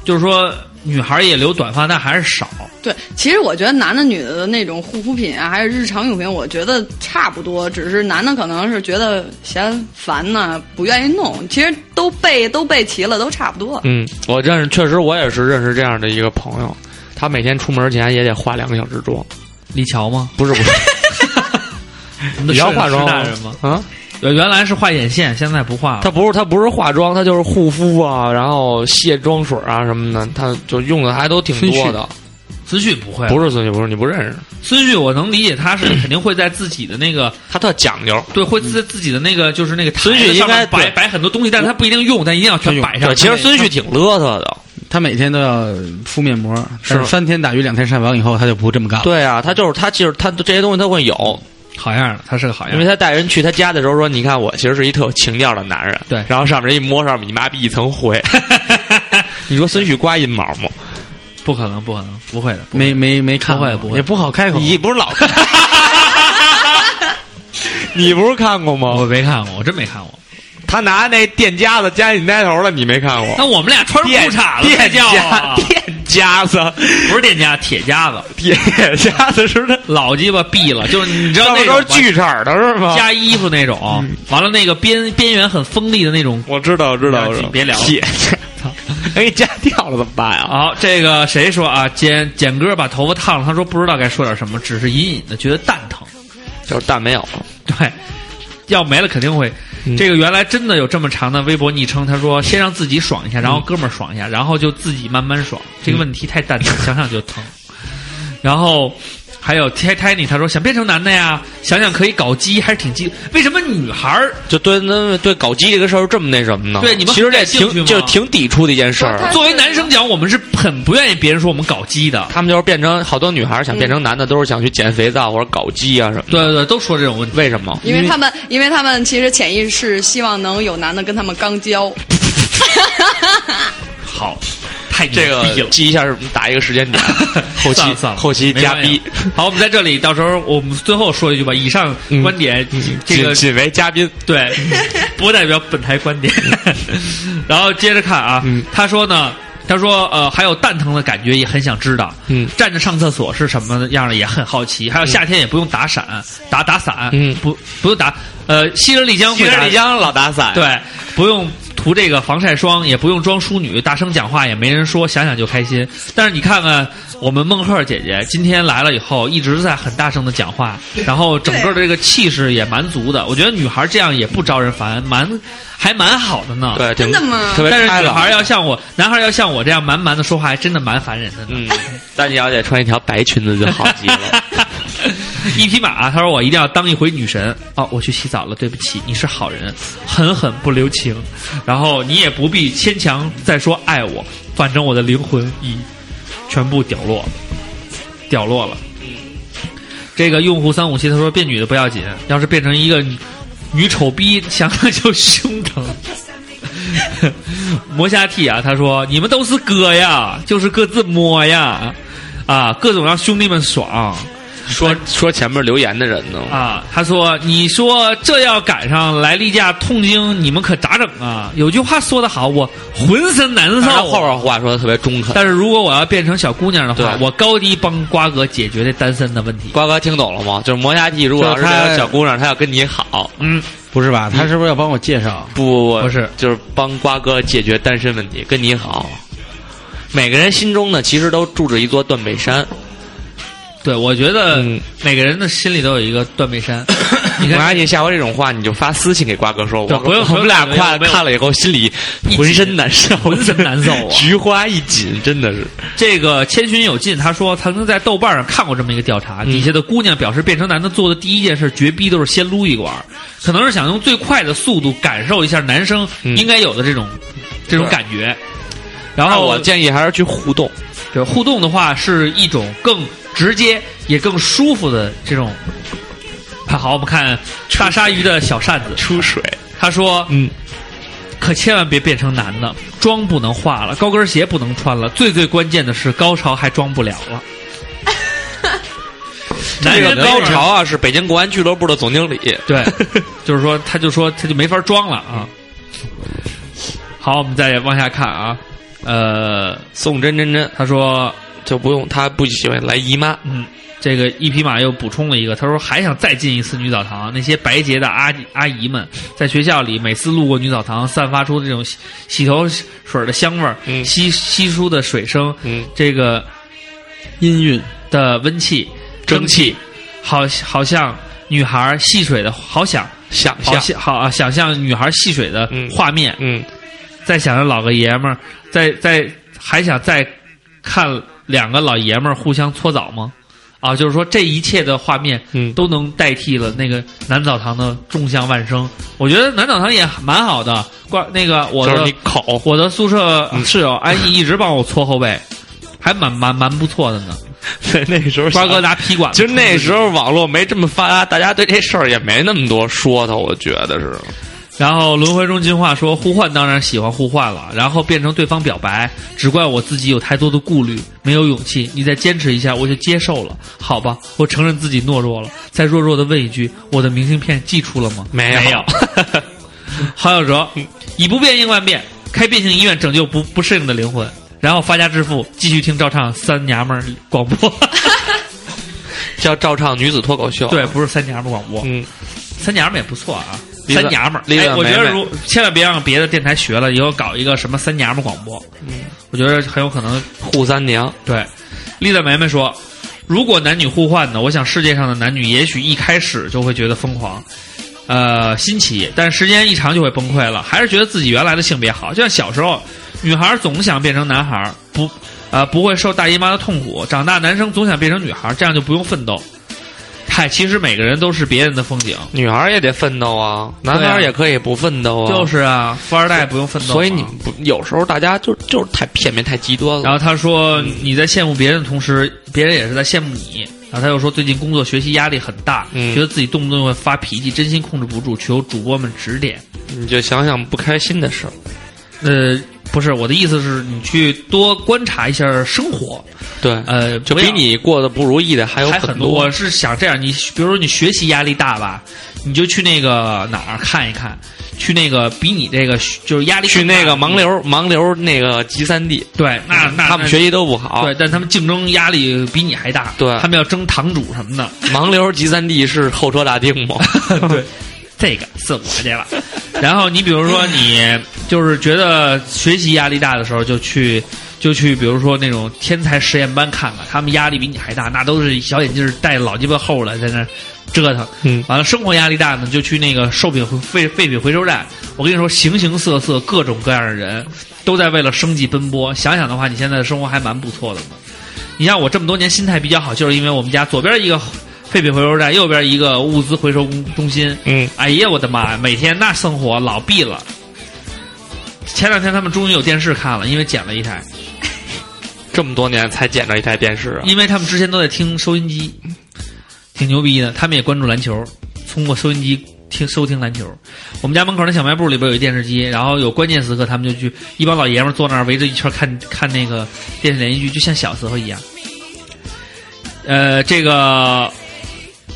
Speaker 4: 就是说女孩也留短发，但还是少。
Speaker 6: 对，其实我觉得男的女的的那种护肤品啊，还是日常用品，我觉得差不多，只是男的可能是觉得嫌烦呢、不愿意弄，其实都备都备齐了，都差不多。
Speaker 2: 嗯，我认识，确实我也是认识这样的一个朋友，他每天出门前也得化两个小时妆，
Speaker 4: 李乔吗？
Speaker 2: 不 是不是，
Speaker 4: 你们
Speaker 2: 也
Speaker 4: 的
Speaker 2: 要
Speaker 4: 是
Speaker 2: 化妆
Speaker 4: 是大人吗？
Speaker 2: 啊？
Speaker 4: 呃原来是画眼线，现在不画了。
Speaker 2: 他不是他不是化妆，他就是护肤啊，然后卸妆水啊什么的，他就用的还都挺多的。
Speaker 4: 孙旭不会，
Speaker 2: 不是孙旭，不是你不认识，
Speaker 4: 孙旭，我能理解他是肯定会在自己的那个
Speaker 2: 他特讲究。
Speaker 4: 对，会在自己的那个就是那个台
Speaker 2: 孙
Speaker 4: 子
Speaker 2: 旭应
Speaker 4: 上面
Speaker 2: 该
Speaker 4: 摆
Speaker 2: 对
Speaker 4: 摆很多东西，但是他不一定用，但一定要全摆上。
Speaker 2: 对，其实孙旭挺邋遢的。
Speaker 5: 他每天都要敷面膜，但
Speaker 2: 是
Speaker 5: 是三天打鱼两天晒网以后，他就不这么干了。
Speaker 2: 对啊，他就是他，其实他这些东西他会有，
Speaker 4: 好样的，他是个好样
Speaker 2: 因为
Speaker 4: 的。
Speaker 2: 他带人去他家的时候说：“你看，我其实是一特有情调的男人。”
Speaker 4: 对
Speaker 2: 然后上面一摸，上面你妈逼一层灰。 你说孙旭刮阴毛吗？
Speaker 4: 不可能，不可能，不会的。不会
Speaker 5: 没没没看过，
Speaker 4: 不会不会
Speaker 5: 也不好开口。
Speaker 2: 你不是老， 你不是看过吗
Speaker 4: 我？没看过，我真没看过。
Speaker 2: 他拿那电夹子夹你奶头了，你没看过？
Speaker 4: 那我们俩穿着
Speaker 2: 电
Speaker 4: 裤衩了，
Speaker 2: 电
Speaker 4: 才叫
Speaker 2: 夹
Speaker 4: 啊
Speaker 2: 电夹子，
Speaker 4: 不是店家，铁夹子，
Speaker 2: 电夹子是他
Speaker 4: 老鸡巴闭了，就是啊嗯你知道
Speaker 2: 上
Speaker 4: 那
Speaker 2: 面
Speaker 4: 种
Speaker 2: 都是锯齿儿的是吗？
Speaker 4: 加衣服那种，完了那个边边缘很锋利的那种。
Speaker 2: 我知道，我知道，
Speaker 4: 别聊
Speaker 2: 我知道
Speaker 4: 别聊了
Speaker 2: 铁夹子，哎，夹掉了怎么办呀？
Speaker 4: 好、这个谁说啊？简简哥把头发烫了，他说不知道该说点什么，只是隐隐的觉得蛋疼。
Speaker 2: 就是蛋没有了。
Speaker 4: 对，要没了肯定会。
Speaker 2: 嗯
Speaker 4: 这个原来真的有这么长的微博昵称，他说先让自己爽一下，然后哥们儿爽一下，然后就自己慢慢爽。这个问题太蛋疼，想想就疼。然后还有 T Tiny，他说想变成男的呀，想想可以搞基，还是挺基。为什么女孩儿
Speaker 2: 就对那对搞基这个事儿这么那什么呢？
Speaker 4: 对你们
Speaker 2: 其实这
Speaker 4: 感兴趣
Speaker 2: 挺
Speaker 4: 吗
Speaker 2: 就挺抵触的一件事
Speaker 6: 不是
Speaker 2: 儿
Speaker 6: 他。
Speaker 4: 作为男生讲，我们是很不愿意别人说我们搞基的？
Speaker 2: 他们就是变成好多女孩儿想变成男的，都是想去减肥皂或者搞基啊什么的。
Speaker 4: 对对对，都说这种问题。
Speaker 2: 为什么？
Speaker 6: 因为他们，因为他们其实潜意识希望能有男的跟他们刚交，
Speaker 4: 好，太牛
Speaker 2: 这
Speaker 4: 逼
Speaker 2: 个
Speaker 4: 了。
Speaker 2: 记一下，打一个时间 点， 后期
Speaker 4: 算了算了
Speaker 2: 后期加逼
Speaker 4: 没，关系啊好，我们在这里，到时候我们最后说一句吧。以上
Speaker 2: 嗯
Speaker 4: 观点，这
Speaker 2: 仅
Speaker 4: 个
Speaker 2: 仅为嘉宾。
Speaker 4: 对，不代表本台观 点。然后接着看啊，
Speaker 2: 嗯
Speaker 4: 他说呢，他说呃，还有蛋疼的感觉也很想知道，
Speaker 2: 嗯
Speaker 4: 站着上厕所是什么样的也很好奇，还有夏天也不用打伞，打打伞，
Speaker 2: 嗯
Speaker 4: 不不用打，呃，吸人丽江会
Speaker 2: 其实
Speaker 4: 打
Speaker 2: 李江老打伞，，
Speaker 4: 对，不用涂这个防晒霜，也不用装淑女，大声讲话也没人说，想想就开心。但是你看看我们孟鹤姐姐今天来了以后，一直在很大声的讲话，然后整个的这个气势也蛮足的。我觉得女孩这样也不招人烦，蛮还蛮好的呢。。
Speaker 2: 对，挺
Speaker 6: 真的吗
Speaker 2: 特别
Speaker 4: 啊但是
Speaker 2: 开
Speaker 4: 女
Speaker 2: 朗
Speaker 4: 孩要像我，男孩要像我这样蛮蛮的说话，还真的蛮烦人的呢。
Speaker 2: 嗯，但你要得穿一条白裙子就好极 了。
Speaker 4: 一匹马、他说我一定要当一回女神哦，我去洗澡了，对不起，你是好人，狠狠不留情，然后你也不必牵强再说爱我，反正我的灵魂已全部掉落，掉落了。这个用户三五七他说变女的不要紧，要是变成一个女女丑逼，想想就胸疼。 磨虾 T 啊，他说你们都是哥呀，就是各自摸呀，啊，各种让兄弟们爽。
Speaker 2: 说说前面留言的人呢，
Speaker 4: 啊，他说：“你说这要赶上来例假痛经，你们可咋整啊？有句话说得好，我浑身难
Speaker 2: 但是
Speaker 4: 受
Speaker 2: 后
Speaker 4: 啊。
Speaker 2: 边话说的特别中肯。
Speaker 4: 但是如果我要变成小姑娘的
Speaker 2: 对
Speaker 4: 话，我高低帮瓜哥解决这单身的问题。
Speaker 2: 瓜哥听懂了吗？就是磨牙弟，如果要是这
Speaker 5: 就是他
Speaker 2: 个小姑娘，她要跟你好，
Speaker 4: 嗯，
Speaker 5: 不是吧？他是不是要帮我介绍？
Speaker 2: 不不
Speaker 4: 不是
Speaker 2: 就是帮瓜哥解决单身问题，跟你好。每个人心中呢，其实都住着一座断背山。
Speaker 4: 对，我觉得
Speaker 2: 嗯
Speaker 4: 每个人的心里都有一个断背 山。
Speaker 2: 磨
Speaker 4: 你看，
Speaker 2: 牙弟，下回这种话你就发私信给瓜哥说，
Speaker 4: 对
Speaker 2: 我
Speaker 4: 不用
Speaker 2: 我们俩
Speaker 4: 不用
Speaker 2: 看
Speaker 4: 不用
Speaker 2: 看了以后心里浑身难受，
Speaker 4: 浑身难受啊
Speaker 2: 菊花一紧，真的是。
Speaker 4: 这个千寻有进，他说曾经在豆瓣上看过这么一个调查，
Speaker 2: 嗯
Speaker 4: 底下的姑娘表示变成男的做的第一件事，绝逼都是先撸一管儿，可能是想用最快的速度感受一下男生
Speaker 2: 嗯
Speaker 4: 应该有的这种、这种
Speaker 2: 对
Speaker 4: 感觉。然
Speaker 2: 那
Speaker 4: 后
Speaker 2: 我建议还是去互动，
Speaker 4: 对，互动的话是一种更直接也更舒服的这种。啊好，我们看大鲨鱼的小扇子，
Speaker 2: 出水。
Speaker 4: 他说
Speaker 2: 嗯，
Speaker 4: 可千万别变成男的，妆不能化了，高跟鞋不能穿了，最最关键的是高潮还装不了了。男
Speaker 2: 这
Speaker 4: 人
Speaker 2: 个
Speaker 4: 高
Speaker 2: 高
Speaker 4: 潮。
Speaker 2: 潮啊，是北京国安俱乐部的总经理。
Speaker 4: 对，就是说，他就说他就没法装了啊。好，我们再往下看啊，呃，
Speaker 2: 宋真真真
Speaker 4: 他说，
Speaker 2: 就不用，他不喜欢来姨妈。
Speaker 4: 嗯，这个一匹马又补充了一个，他说还想再进一次女澡堂，那些白洁的阿阿姨们在学校里每次路过女澡堂，散发出这种洗洗头水的香味儿，
Speaker 2: 嗯
Speaker 4: 稀稀疏的水声，
Speaker 2: 嗯，
Speaker 4: 这个
Speaker 5: 音韵，
Speaker 4: 的温气
Speaker 2: 蒸
Speaker 4: 气，好好像女孩戏水的好想。
Speaker 2: 想
Speaker 4: 好
Speaker 2: 象，
Speaker 4: 像好啊，想象女孩戏水的
Speaker 2: 嗯
Speaker 4: 画面，
Speaker 2: 嗯，
Speaker 4: 再想着老个爷们儿，再再还想再看两个老爷们儿互相搓澡吗？啊，就是说这一切的画面，
Speaker 2: 嗯
Speaker 4: 都能代替了那个南澡堂的众香万生。我觉得南澡堂也蛮好的，挂那个我
Speaker 2: 就是你
Speaker 4: 的哦
Speaker 2: 嗯口，
Speaker 4: 我的宿舍室友安逸一直帮我搓后背，还蛮蛮蛮不错的呢。
Speaker 2: 对，那时候
Speaker 4: 瓜哥拿皮 管子
Speaker 2: 其
Speaker 4: 冲
Speaker 2: 实
Speaker 4: 刺，
Speaker 2: 那时候网络没这么发达，大家对这事儿也没那么多说头，我觉得是。
Speaker 4: 然后轮回中进化说互换当然喜欢互换了，然后变成对方表白，只怪我自己有太多的顾虑，没有勇气。你再坚持一下，我就接受了，好吧？ 我承认自己懦弱了，再弱弱的问一句：我的明信片寄出了吗？
Speaker 2: 没有
Speaker 4: 没有。 郝小哲以不变应万变，开变性医院拯救不不适应的灵魂，然后发家致富，继续听照唱三娘们儿广播。
Speaker 2: 叫照唱女子脱口秀，，
Speaker 4: 对，不是三娘们儿广播。
Speaker 2: 嗯，
Speaker 4: 三娘们儿也不错啊，
Speaker 2: 李子
Speaker 4: 三娘们儿。
Speaker 2: 李子
Speaker 4: 哎，我觉
Speaker 2: 梅梅
Speaker 4: 得如千万别让别的电台学了，以后搞一个什么三娘们儿广播，
Speaker 2: 嗯
Speaker 4: 我觉得很有可能
Speaker 2: 扈三娘，
Speaker 4: 对。丽子梅梅说，如果男女互换呢，我想世界上的男女也许一开始就会觉得疯狂。呃，新奇，但时间一长就会崩溃了，还是觉得自己原来的性别好。就像小时候，女孩总想变成男孩，不，呃，不会受大姨妈的痛苦；长大，男生总想变成女孩，这样就不用奋斗。嗨，其实每个人都是别人的风景，
Speaker 2: 女孩儿也得奋斗啊，男孩儿也可以不奋斗啊，
Speaker 4: 就是啊，富二代不用奋斗嘛。
Speaker 2: 所以你不有时候大家就就是太片面、太极端
Speaker 4: 然
Speaker 2: 了。
Speaker 4: 后他说你在羡慕别人的同时，别人也是在羡慕你。然后他又说最近工作学习压力很大，
Speaker 2: 嗯
Speaker 4: 觉得自己动不动会发脾气，真心控制不住，求主播们指点。
Speaker 2: 你就想想不开心的事儿，
Speaker 4: 呃，不是我的意思是你去多观察一下生活，
Speaker 2: 对，
Speaker 4: 呃，
Speaker 2: 就
Speaker 4: 不
Speaker 2: 比
Speaker 4: 要
Speaker 2: 你过得不如意的还有
Speaker 4: 还
Speaker 2: 很
Speaker 4: 多。我是想这样，你比如说你学习压力大吧，你就去那个哪儿看一看，去那个比你这个就是压力
Speaker 2: 去
Speaker 4: 更大
Speaker 2: 那个
Speaker 4: 的地
Speaker 2: 盲
Speaker 4: 方
Speaker 2: 流盲流那个集散地，
Speaker 4: 对，那那
Speaker 2: 他们
Speaker 4: 那
Speaker 2: 学习都不好
Speaker 4: 对，。但他们竞争压力比你还大，
Speaker 2: 对
Speaker 4: 他们要争堂主什么的，
Speaker 2: 盲流集散地是候车大厅 吗？
Speaker 4: 对，这个是我去了。然后你比如说你就是觉得学习压力大的时候，就去就去，比如说那种天才实验班看看，他们压力比你还大，那都是小眼镜儿戴老鸡巴厚了，在那儿折腾。
Speaker 2: 嗯，
Speaker 4: 完了，生活压力大呢，就去那个售品回废废品回收站。我跟你说，形形色色、各种各样的人都在为了生计奔波。想想的话，你现在的生活还蛮不错的呢。你像我这么多年心态比较好，就是因为我们家左边一个废品回收站，右边一个物资回收中心。
Speaker 2: 嗯，
Speaker 4: 哎呀，我的妈！每天那生活老毙了。前两天他们终于有电视看了，因为捡了一台，
Speaker 2: 这么多年才捡着一台电视啊！
Speaker 4: 因为他们之前都在听收音机，挺牛逼的。他们也关注篮球，通过收音机听收听篮球。我们家门口那小卖部里边有一电视机，然后有关键时刻他们就去，一帮老爷们儿坐那儿围着一圈看看那个电视连续剧，就像小时候一样。呃，这个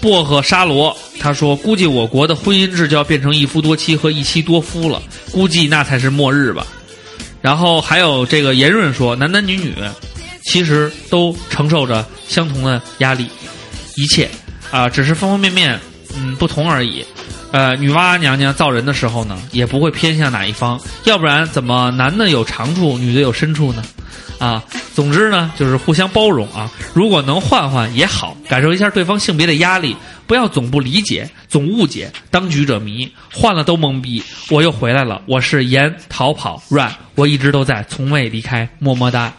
Speaker 4: 薄荷沙罗他说，估计我国的婚姻制就要变成一夫多妻和一妻多夫了，估计那才是末日吧。然后还有这个严润说，男男女女其实都承受着相同的压力，一切啊、只是方方面面嗯不同而已。呃，女娲娘娘造人的时候呢，也不会偏向哪一方，要不然怎么男的有长处，女的有深处呢？啊，总之呢，就是互相包容啊。如果能换换也好，感受一下对方性别的压力，不要总不理解、总误解，当局者迷，换了都懵逼。我又回来了，我是严逃跑 run，我一直都在，从未离开，么么哒。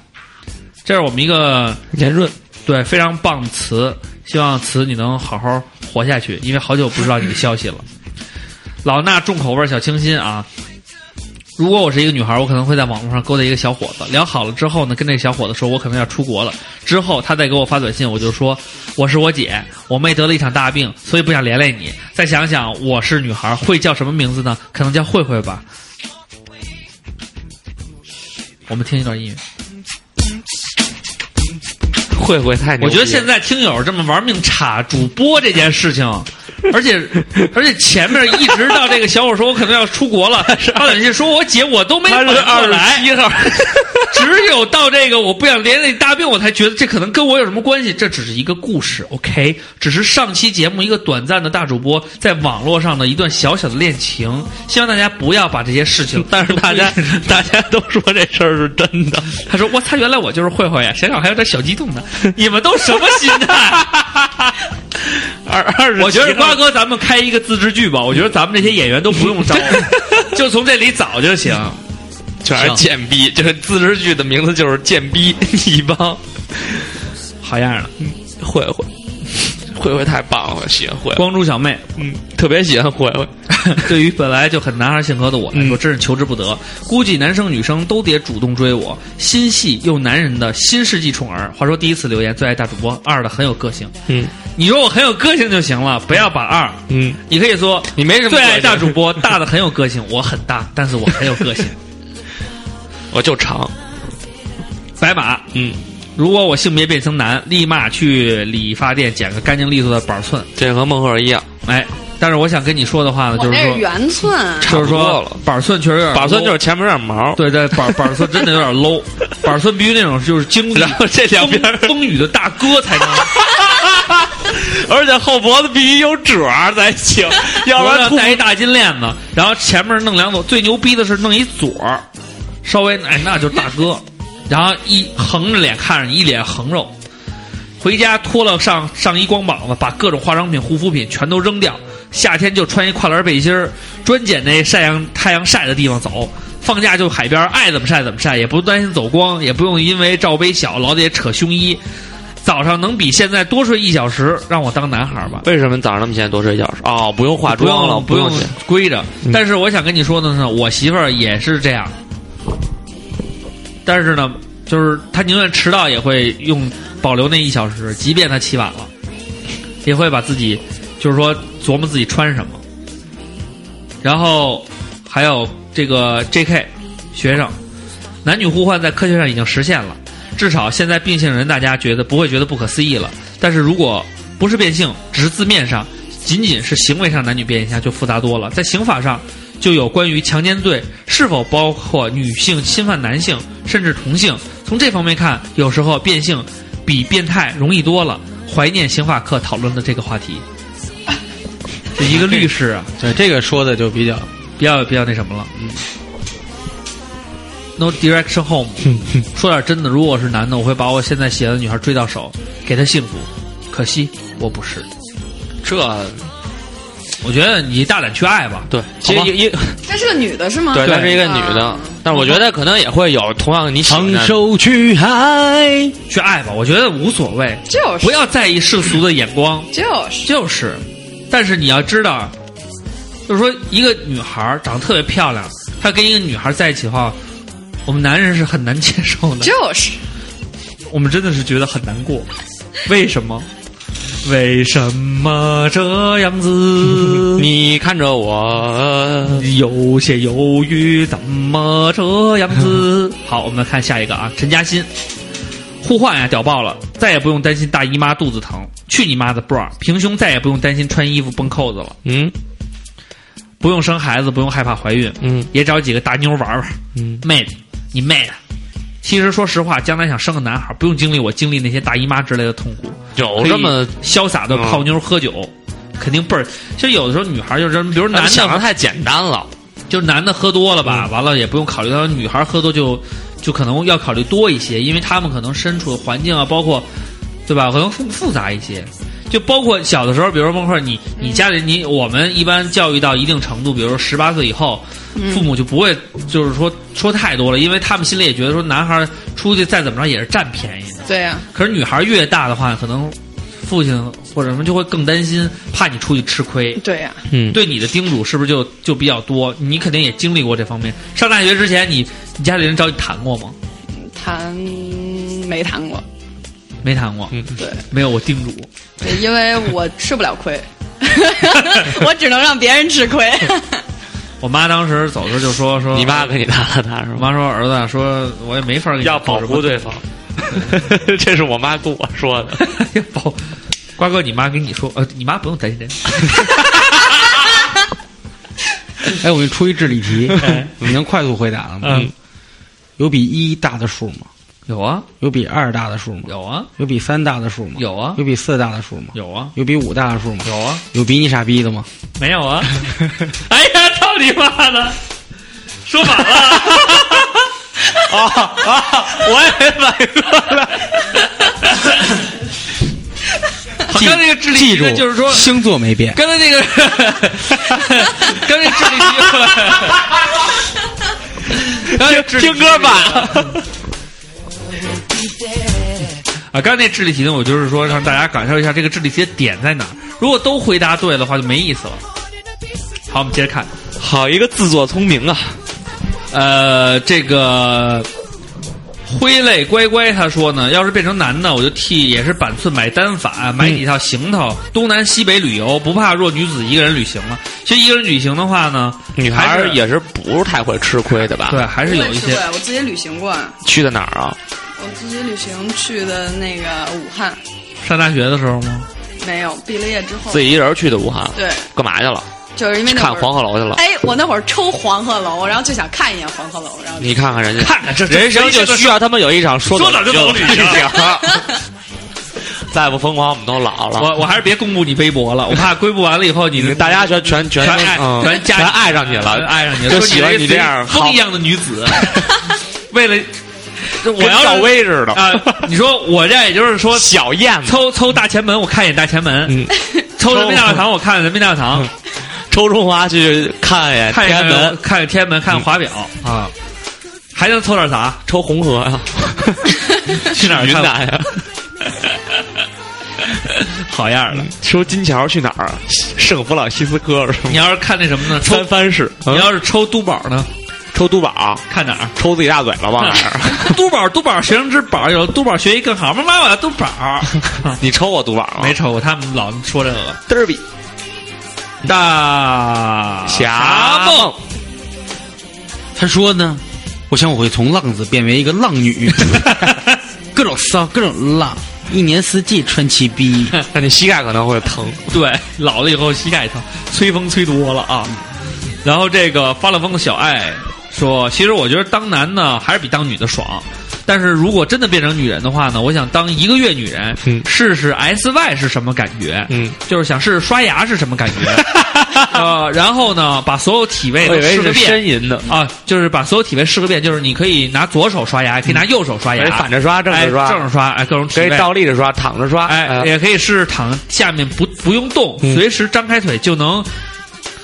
Speaker 4: 这是我们一个
Speaker 2: 严润，
Speaker 4: 对，非常棒词，希望词你能好好活下去，因为好久不知道你的消息了。 老衲重口味儿小清新啊！如果我是一个女孩儿，我可能会在网络上勾搭一个小伙子，聊好了之后呢，跟这个小伙子说我可能要出国了，之后他再给我发短信，我就说我是我姐，我妹得了一场大病，所以不想连累你。再想想我是女孩儿，会叫什么名字呢？可能叫慧慧吧。我们听一段音乐。
Speaker 2: 慧慧太牛
Speaker 4: 我
Speaker 2: 逼
Speaker 4: 觉
Speaker 2: 了，
Speaker 4: 得现在听友这么玩命插主播这件事情， 而且而且前面一直到这个小伙说我可能要出 国了，发短信说我姐我都没
Speaker 2: 他
Speaker 4: 缓
Speaker 2: 是
Speaker 4: 过
Speaker 2: 二十
Speaker 4: 来，
Speaker 2: 七号，
Speaker 4: 哎 只有到这个我不想连累大病，我才觉得这可能跟我有什么关系。这只是一个故事，OK，只是上期节目一个短暂的大主播在网络上的一段小小的恋情。希望大家不要把这些事情，
Speaker 2: 但是大家大家都说这事儿是真的，
Speaker 4: 他说我操，原来我就是慧慧呀，想想还有点小激动呢。你们都什么心态？
Speaker 2: 二二十，
Speaker 4: 我觉得瓜哥，咱们开一个自制剧吧。我觉得咱们这些演员都不用招， 就从这里找就行。
Speaker 2: 全是贱逼，这自制剧的名字就是贱逼 一帮，
Speaker 4: 好样的，
Speaker 2: 慧慧。慧慧太棒了，喜 欢慧慧，
Speaker 4: 光洙小妹，
Speaker 2: 嗯，特别喜欢慧慧。
Speaker 4: 对于本来就很男孩性格的我来
Speaker 2: 嗯
Speaker 4: 说，真是求之不得。估计男生女生都得主动追我，心细又男人的新世纪宠儿。话说第一次留言最爱大主播二的很有个性，
Speaker 2: 嗯
Speaker 4: 你说我很有个性就行了，不要把二。
Speaker 2: 嗯，
Speaker 4: 你可以说
Speaker 2: 你没什么
Speaker 4: 最爱
Speaker 2: 个性
Speaker 4: 大主播，大的很有个性，我很大，但是我很有 个性。
Speaker 2: 我就长，
Speaker 4: 白马，
Speaker 2: 嗯，
Speaker 4: 如果我性别变成男，立马去理发店剪个干净利索的板寸。
Speaker 2: 这和孟鹤儿一样，
Speaker 4: 哎，但是我想跟你说的
Speaker 2: 啊
Speaker 4: 话呢，
Speaker 6: 我
Speaker 4: 就
Speaker 6: 这
Speaker 4: 是
Speaker 6: 是
Speaker 4: 说，
Speaker 6: 圆寸，
Speaker 4: 就是
Speaker 2: 差不多
Speaker 4: 说
Speaker 2: 了
Speaker 4: 板寸确实有点 low，
Speaker 2: 板寸就是前面有点毛，
Speaker 4: 对，但板板寸真的有点 low，板寸必须那种就是经历
Speaker 2: 然后这两边
Speaker 4: 风风雨的大哥才能，
Speaker 2: 而且后脖子必须有褶儿才行，要不
Speaker 4: 我
Speaker 2: 然
Speaker 4: 要
Speaker 2: 秃
Speaker 4: 戴一大金链子，然后前面弄两左，最牛逼的是弄一左儿，稍微哎那就是大哥，然后一横着脸看着你，一脸横肉。回家脱了上上衣光膀子，把各种化妆品、护肤品全都扔掉。夏天就穿一跨栏背心儿，专捡那晒阳太阳晒的地方走。放假就海边，爱怎么晒怎么晒，也不担心走光，也不用因为罩杯小老得扯胸衣。早上能比现在多睡一小时，让我当男孩儿吧。
Speaker 2: 为什么早上那么闲多睡觉？哦，不用化
Speaker 4: 不
Speaker 2: 妆了，
Speaker 4: 用不用
Speaker 2: 去
Speaker 4: 归着
Speaker 2: 嗯。
Speaker 4: 但是我想跟你说的是，我媳妇儿也是这样，但是呢，就是她宁愿迟到也会用保留那一小时，即便她起晚了，也会把自己就是说琢磨自己穿什么。然后还有这个 J.K. 学生，男女互换在科学上已经实现了，至少现在变性人大家觉得不会觉得不可思议了。但是如果不是变性，只是字面上，仅仅是行为上男女变一下就复杂多了。在刑法上，就有关于强奸罪是否包括女性侵犯男性，甚至同性。从这方面看，有时候变性比变态容易多了。怀念刑法课讨论的这个话题， 就一个嗯律师啊，
Speaker 5: 对，这个说的就比较
Speaker 4: 比较比较那什么了。No direction home，说点真的，如果我是男的，我会把我现在喜欢的女孩追到手，给她幸福。可惜我不是，
Speaker 2: 这
Speaker 4: 我觉得你大胆去爱吧。
Speaker 2: 对，其实
Speaker 4: 好吧
Speaker 2: 一一
Speaker 6: 这是个女的是吗？
Speaker 2: 对，她是一个女的
Speaker 6: 啊，
Speaker 2: 但是我觉得可能也会有同样你喜欢
Speaker 5: 昂
Speaker 2: 的。
Speaker 5: 首去海。
Speaker 4: 去爱吧，我觉得无所谓，
Speaker 6: 就是
Speaker 4: 不要在意世俗的眼光，
Speaker 6: 就是
Speaker 4: 就是。但是你要知道，就是说一个女孩儿长得特别漂亮，她跟一个女孩在一起的话，我们男人是很难接受的，
Speaker 6: 就是，
Speaker 4: 我们真的是觉得很难过。为什么？为什么这 样子？
Speaker 2: 你看着我，
Speaker 4: 有些犹豫，怎么这样 子？好，我们看下一个啊，陈嘉欣，互换呀，屌爆了，再也不用担心大姨妈肚子疼，去你妈的 bra，平胸再也不用担心穿衣服崩扣子了，
Speaker 2: 嗯
Speaker 4: 不用生孩子，不用害怕怀孕，
Speaker 2: 嗯
Speaker 4: 也找几个大妞玩玩，
Speaker 2: 嗯，
Speaker 4: 妹子，你妹的。其实说实话，将来想生个男孩，不用经历我经历那些大姨妈之类的痛苦，
Speaker 2: 有
Speaker 4: 可以
Speaker 2: 哦这么嗯
Speaker 4: 潇洒的泡妞喝酒，肯定倍儿。其实有的时候女孩就是，比如男的
Speaker 2: 想的嗯太简单了，
Speaker 4: 就是男的喝多了吧，完了也不用考虑到女孩喝多就就可能要考虑多一些，因为他们可能身处的环境啊，包括对吧，可能复复杂一些。就包括小的时候，比如说孟克，你
Speaker 2: 嗯
Speaker 4: 你家里你我们一般教育到一定程度，比如说十八岁以后，
Speaker 2: 嗯
Speaker 4: 父母就不会就是说说太多了，因为他们心里也觉得说男孩出去再怎么着也是占便宜的。
Speaker 6: 对呀、
Speaker 4: 可是女孩越大的话，可能父亲或者什么就会更担心，怕你出去吃亏。
Speaker 6: 对呀、
Speaker 2: 嗯，
Speaker 4: 对你的叮嘱是不是就就比较多？你肯定也经历过这方面。上大学之前，你你家里人找你谈过吗？
Speaker 6: 谈没谈过，
Speaker 4: 没谈过，
Speaker 2: 嗯
Speaker 6: 对，
Speaker 4: 没有我叮嘱。
Speaker 6: 对 因为我吃不了亏，我只能让别人吃亏。
Speaker 4: 我妈当时走的时候就说说
Speaker 2: 你妈跟你搭了搭是
Speaker 4: 我
Speaker 2: 吗？
Speaker 4: 妈说儿子，啊说我也没法给你
Speaker 2: 要
Speaker 4: 做
Speaker 2: 保
Speaker 4: 什么
Speaker 2: 护对方， 这是我妈跟我说的。
Speaker 4: 要保。瓜哥，你妈跟你说，呃，你妈不用担心这个。
Speaker 5: 哎，我给你出一智力 题，你能快速回答了吗？
Speaker 4: 哎嗯，
Speaker 5: 有比一大的数吗？
Speaker 4: 有啊，
Speaker 5: 有比二大的数吗？
Speaker 4: 有啊，
Speaker 5: 有比三大的数吗？
Speaker 4: 有啊
Speaker 5: 有比四大的数吗？
Speaker 4: 有啊，
Speaker 5: 有比五大的数吗？
Speaker 4: 有啊，
Speaker 5: 有比你傻逼的吗？
Speaker 4: 没有 啊？哎呀，操你妈的！说反 了。
Speaker 2: 啊啊！我也没买过了。
Speaker 4: 好刚才那个智力
Speaker 5: 记
Speaker 4: 题
Speaker 5: 住，
Speaker 4: 呢就是说，
Speaker 5: 星座没变。
Speaker 4: 刚才那个， 刚才智力题，刚才智力题
Speaker 2: 听歌版，
Speaker 4: 啊，刚才那智力题呢，我就是说让大家感受一下这个智力题的点在哪儿。如果都回答对的话，就没意思了。好，我们接着看。
Speaker 2: 好一个自作聪明啊！
Speaker 4: 呃，这个挥泪乖乖他说呢，要是变成男的，我就替也是板寸买单法，买几套行头，东南西北旅游，不怕弱女子一个人旅行了。其实一个人旅行的话呢，
Speaker 2: 女孩
Speaker 4: 还
Speaker 2: 儿
Speaker 4: 是
Speaker 2: 也是不是太会吃亏的吧？
Speaker 4: 对，，还是有一
Speaker 6: 我也吃
Speaker 4: 些
Speaker 6: 过呀，我自己旅行过，
Speaker 2: 去的哪儿啊？
Speaker 6: 我自己旅行去的那个武汉，
Speaker 4: 上大学的时候吗？
Speaker 6: 没有毕了业之后
Speaker 2: 自，己一人去的武汉，
Speaker 6: 对，
Speaker 2: 干嘛去了？
Speaker 6: 就是因为那会
Speaker 2: 看
Speaker 6: 儿
Speaker 2: 黄鹤楼去了。
Speaker 6: 哎，我那会儿抽黄鹤楼，然后就想看一眼黄鹤楼，然后
Speaker 2: 你看看人家，
Speaker 4: 看看这
Speaker 2: 人生就需要他们有一场说
Speaker 4: 说走就走旅行。
Speaker 2: 再不疯狂，我们都老了。
Speaker 4: 我我还是别公布你微博了，我怕公布完了以后你 的
Speaker 2: 大家全全全
Speaker 4: 全爱
Speaker 2: 嗯
Speaker 4: 全加
Speaker 2: 全爱上你了，
Speaker 4: 全爱上你了，
Speaker 2: 就
Speaker 4: 说
Speaker 2: 喜欢
Speaker 4: 是
Speaker 2: 你这样
Speaker 4: 风
Speaker 2: 好
Speaker 4: 一样的女 子。为了我
Speaker 2: 跟
Speaker 4: 要
Speaker 2: 赵
Speaker 4: 是
Speaker 2: 薇似的
Speaker 4: 啊，你说我这也就是说
Speaker 2: 小燕子
Speaker 4: 抽抽大前门，我看一眼大前门
Speaker 2: 嗯；
Speaker 4: 抽人民大会堂，我看人民大会堂；
Speaker 2: 抽中华去看一眼
Speaker 4: 看一
Speaker 2: 天
Speaker 4: 眼
Speaker 2: 安门，嗯
Speaker 4: 看天安门，看华表啊，还能抽点啥？
Speaker 2: 抽红河 啊，
Speaker 4: 去哪儿
Speaker 2: 云
Speaker 4: 看
Speaker 2: 南啊呀？
Speaker 4: 好样的！
Speaker 2: 抽金桥去哪儿啊？圣弗朗西斯科是吗
Speaker 4: 你？要是看那什么呢？抽
Speaker 2: 三藩市，
Speaker 4: 你
Speaker 2: 嗯
Speaker 4: 要是抽都宝呢？
Speaker 2: 抽都宝，
Speaker 4: 看 哪儿？
Speaker 2: 抽自己大嘴巴往 哪儿？
Speaker 4: 都宝，都宝，学生之宝，有都宝学习更好。妈妈，我要都 宝。啊
Speaker 2: 你抽过都宝吗？
Speaker 4: 没抽过，他们老说这个
Speaker 2: 嘚儿比
Speaker 4: 大
Speaker 2: 侠
Speaker 4: 梦
Speaker 2: 梦。
Speaker 5: 他说呢，我想我会从浪子变为一个浪 女，各种骚，各种浪，一年四季穿起逼。
Speaker 2: 那你膝盖可能会疼。
Speaker 4: 对，老了以后膝盖疼，吹风吹多了啊。然后这个发了疯的小爱说：“其实我觉得当男呢还是比当女的爽，但是如果真的变成女人的话呢，我想当一个月女人，
Speaker 2: 嗯
Speaker 4: 试试 S Y 是什么感觉，
Speaker 2: 嗯，
Speaker 4: 就是想试试刷牙是什么感 觉，呃，然后呢把所有体位
Speaker 2: 我
Speaker 4: 嗯都
Speaker 2: 以为
Speaker 4: 试个
Speaker 2: 是
Speaker 4: 遍
Speaker 2: 呻吟的，
Speaker 4: 啊，就是把所有体位试个遍，就是你可以拿左手刷牙，也可以拿右手刷
Speaker 2: 嗯
Speaker 4: 牙，
Speaker 2: 可以反着刷，正
Speaker 4: 哎
Speaker 2: 着刷，
Speaker 4: 正着刷，哎，各种体
Speaker 2: 可以
Speaker 4: 位。”
Speaker 2: 倒立着刷，躺着刷，
Speaker 4: 哎，
Speaker 2: 呃
Speaker 4: 也可以试试躺下面不不用动，
Speaker 2: 嗯
Speaker 4: 随时张开腿就能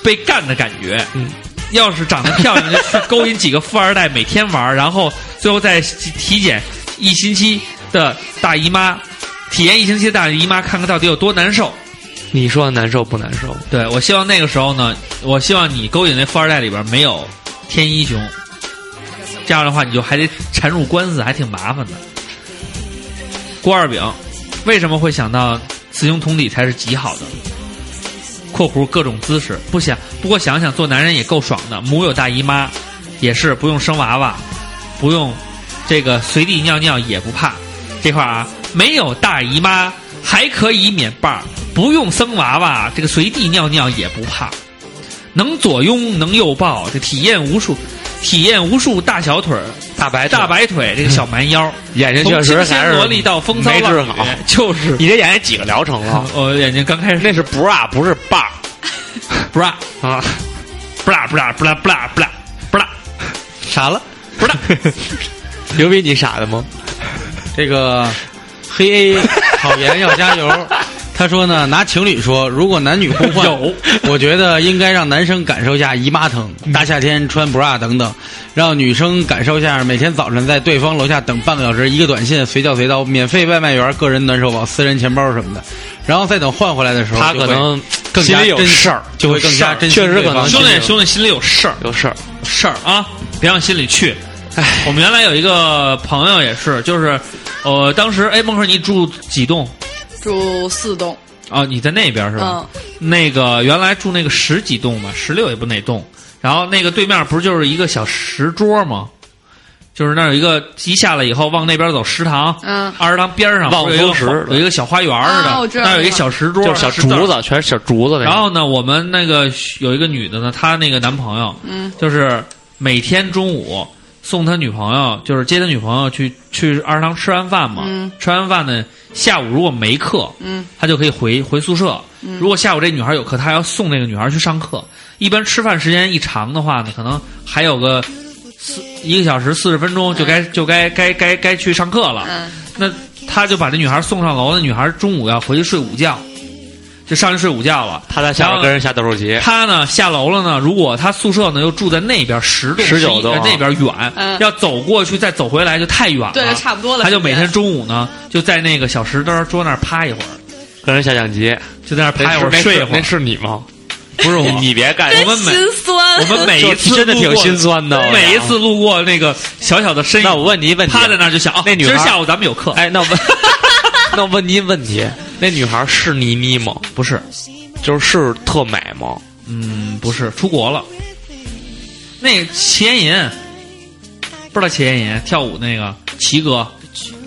Speaker 4: 被干的感觉。
Speaker 2: 嗯，
Speaker 4: 要是长得漂亮，就去勾引几个富二代，每天玩儿，然后最后再体检一星期的大姨妈，体验一星期的大姨妈，看看到底有多难受。
Speaker 2: 你说难受不难受？
Speaker 4: 对我希望那个时候呢，我希望你勾引那富二代里边没有天一雄，这样的话你就还得缠入官司，还挺麻烦的。郭二饼为什么会想到雌雄同体才是极好的？（括弧各种姿势）不想，不过想想做男人也够爽的，母有大姨妈，也是不用生娃娃，不用这个随地尿尿也不怕。这块儿啊，没有大姨妈还可以免伴儿，不用生娃娃，这个随地尿尿也不怕，能左拥能右抱，这体验无数，体验无数大小腿儿、
Speaker 2: 大白
Speaker 4: 大，白腿，这个小 蛮腰，
Speaker 2: 眼睛
Speaker 4: 从
Speaker 2: 确
Speaker 4: 清
Speaker 2: 实
Speaker 4: 新
Speaker 2: 还是
Speaker 4: 萝莉到风骚
Speaker 2: 没
Speaker 4: 浪
Speaker 2: 治
Speaker 4: 女
Speaker 2: 好。
Speaker 4: 就是
Speaker 2: 你这眼睛几个疗程啊了？
Speaker 4: 我眼睛刚开始
Speaker 2: 那是 bra 不是 bar
Speaker 4: bra
Speaker 2: 啊？
Speaker 4: bra bra bra bra bra bra
Speaker 2: 傻了？
Speaker 4: bra，
Speaker 2: 有比你傻的吗？
Speaker 5: 这个黑 A 考研要加油。他说呢，拿情侣说，如果男女互 换，
Speaker 4: 有
Speaker 5: 我觉得应该让男生感受一下姨妈疼，
Speaker 2: 嗯
Speaker 5: 大夏天穿 bra 等等，让女生感受一下每天早晨在对方楼下等半个小时，一个短信随叫随到，免费外卖员、个人暖手宝、私人钱包什么的，然后再等换回来的时候，
Speaker 2: 他
Speaker 5: 就会
Speaker 2: 可能
Speaker 5: 更加
Speaker 2: 心里有
Speaker 5: 珍惜
Speaker 2: 事儿
Speaker 5: 就会更
Speaker 2: 有事
Speaker 5: 加
Speaker 2: 儿
Speaker 5: 珍惜
Speaker 2: 确实
Speaker 5: 对
Speaker 2: 可能
Speaker 5: 方
Speaker 4: 兄
Speaker 2: 心里
Speaker 4: 弟
Speaker 2: 有
Speaker 4: 兄弟心里有事儿，
Speaker 2: 有事儿。
Speaker 4: 事儿啊，别往心里去。我们原来有一个朋友也是，就是，呃，当时哎，孟鹤你住几栋
Speaker 6: 住四栋，
Speaker 4: 啊？你在那边是吧？
Speaker 6: 嗯，
Speaker 4: 那个原来住那个十几栋吧，十六也不哪栋。然后那个对面不是就是一个小石桌吗？就是那儿有一个一下来以后往那边走食堂，
Speaker 6: 嗯
Speaker 4: 二食堂边上
Speaker 2: 望
Speaker 4: 不是有一个
Speaker 2: 风石
Speaker 4: 花有一个小花园儿似的，
Speaker 6: 啊我知道
Speaker 4: 那儿有一
Speaker 6: 我
Speaker 4: 个
Speaker 6: 知道
Speaker 4: 小石桌，
Speaker 2: 就是小
Speaker 4: 石
Speaker 2: 竹
Speaker 4: 凳儿
Speaker 2: 子，全是小竹子那种。
Speaker 4: 然后呢，我们那个有一个女的呢，她那个男朋友，
Speaker 6: 嗯，
Speaker 4: 就是每天中午送她女朋友，就是接她女朋友去去二食堂吃完饭嘛，
Speaker 6: 嗯
Speaker 4: 吃完饭呢，下午如果没课，
Speaker 6: 嗯，
Speaker 4: 她就可以回回宿舍。如果下午这女孩有课，她还要送这个女孩去上课。一般吃饭时间一长的话呢，可能还有个四一个小时四十分钟就该、就该该该该去上课了。
Speaker 6: 嗯，
Speaker 4: 那他就把这女孩送上楼，那女孩中午要回去睡午觉，就上去睡午觉了。
Speaker 2: 他在下边跟人下斗兽棋，
Speaker 4: 他呢下楼了呢，如果他宿舍呢又住在那边十栋、
Speaker 2: 19
Speaker 4: 11
Speaker 2: 栋啊
Speaker 4: 那边远，
Speaker 6: 嗯
Speaker 4: 要走过去再走回来就太远了。
Speaker 6: 对，就差不多了。
Speaker 4: 啊他就每天
Speaker 6: 时间
Speaker 4: 中午呢就在那个小石桌桌那儿趴一会儿，
Speaker 2: 跟人下象棋，
Speaker 4: 就在那儿
Speaker 2: 那
Speaker 4: 趴一会儿
Speaker 2: 是
Speaker 4: 睡一
Speaker 2: 那
Speaker 4: 会
Speaker 2: 是那
Speaker 4: 儿。
Speaker 2: 是你吗？
Speaker 4: 不是我
Speaker 2: 你你别干，
Speaker 4: 我们每
Speaker 6: 心酸。
Speaker 4: 我们每一次
Speaker 2: 就真的挺
Speaker 4: 路过
Speaker 2: 心酸的
Speaker 4: 每一次路过那个小小的身
Speaker 2: 那我
Speaker 4: 影，
Speaker 2: 问你一问题，
Speaker 4: 趴在那儿就想，哦，
Speaker 2: 那女孩
Speaker 4: 今儿下午咱们有课，
Speaker 2: 哎，那我问， 那我问您一问题，那女孩是倪妮吗？
Speaker 4: 不是，
Speaker 2: 就是是特美吗？
Speaker 4: 嗯，不是，出国了。那个齐岩银，不知道齐岩银跳舞那个齐哥，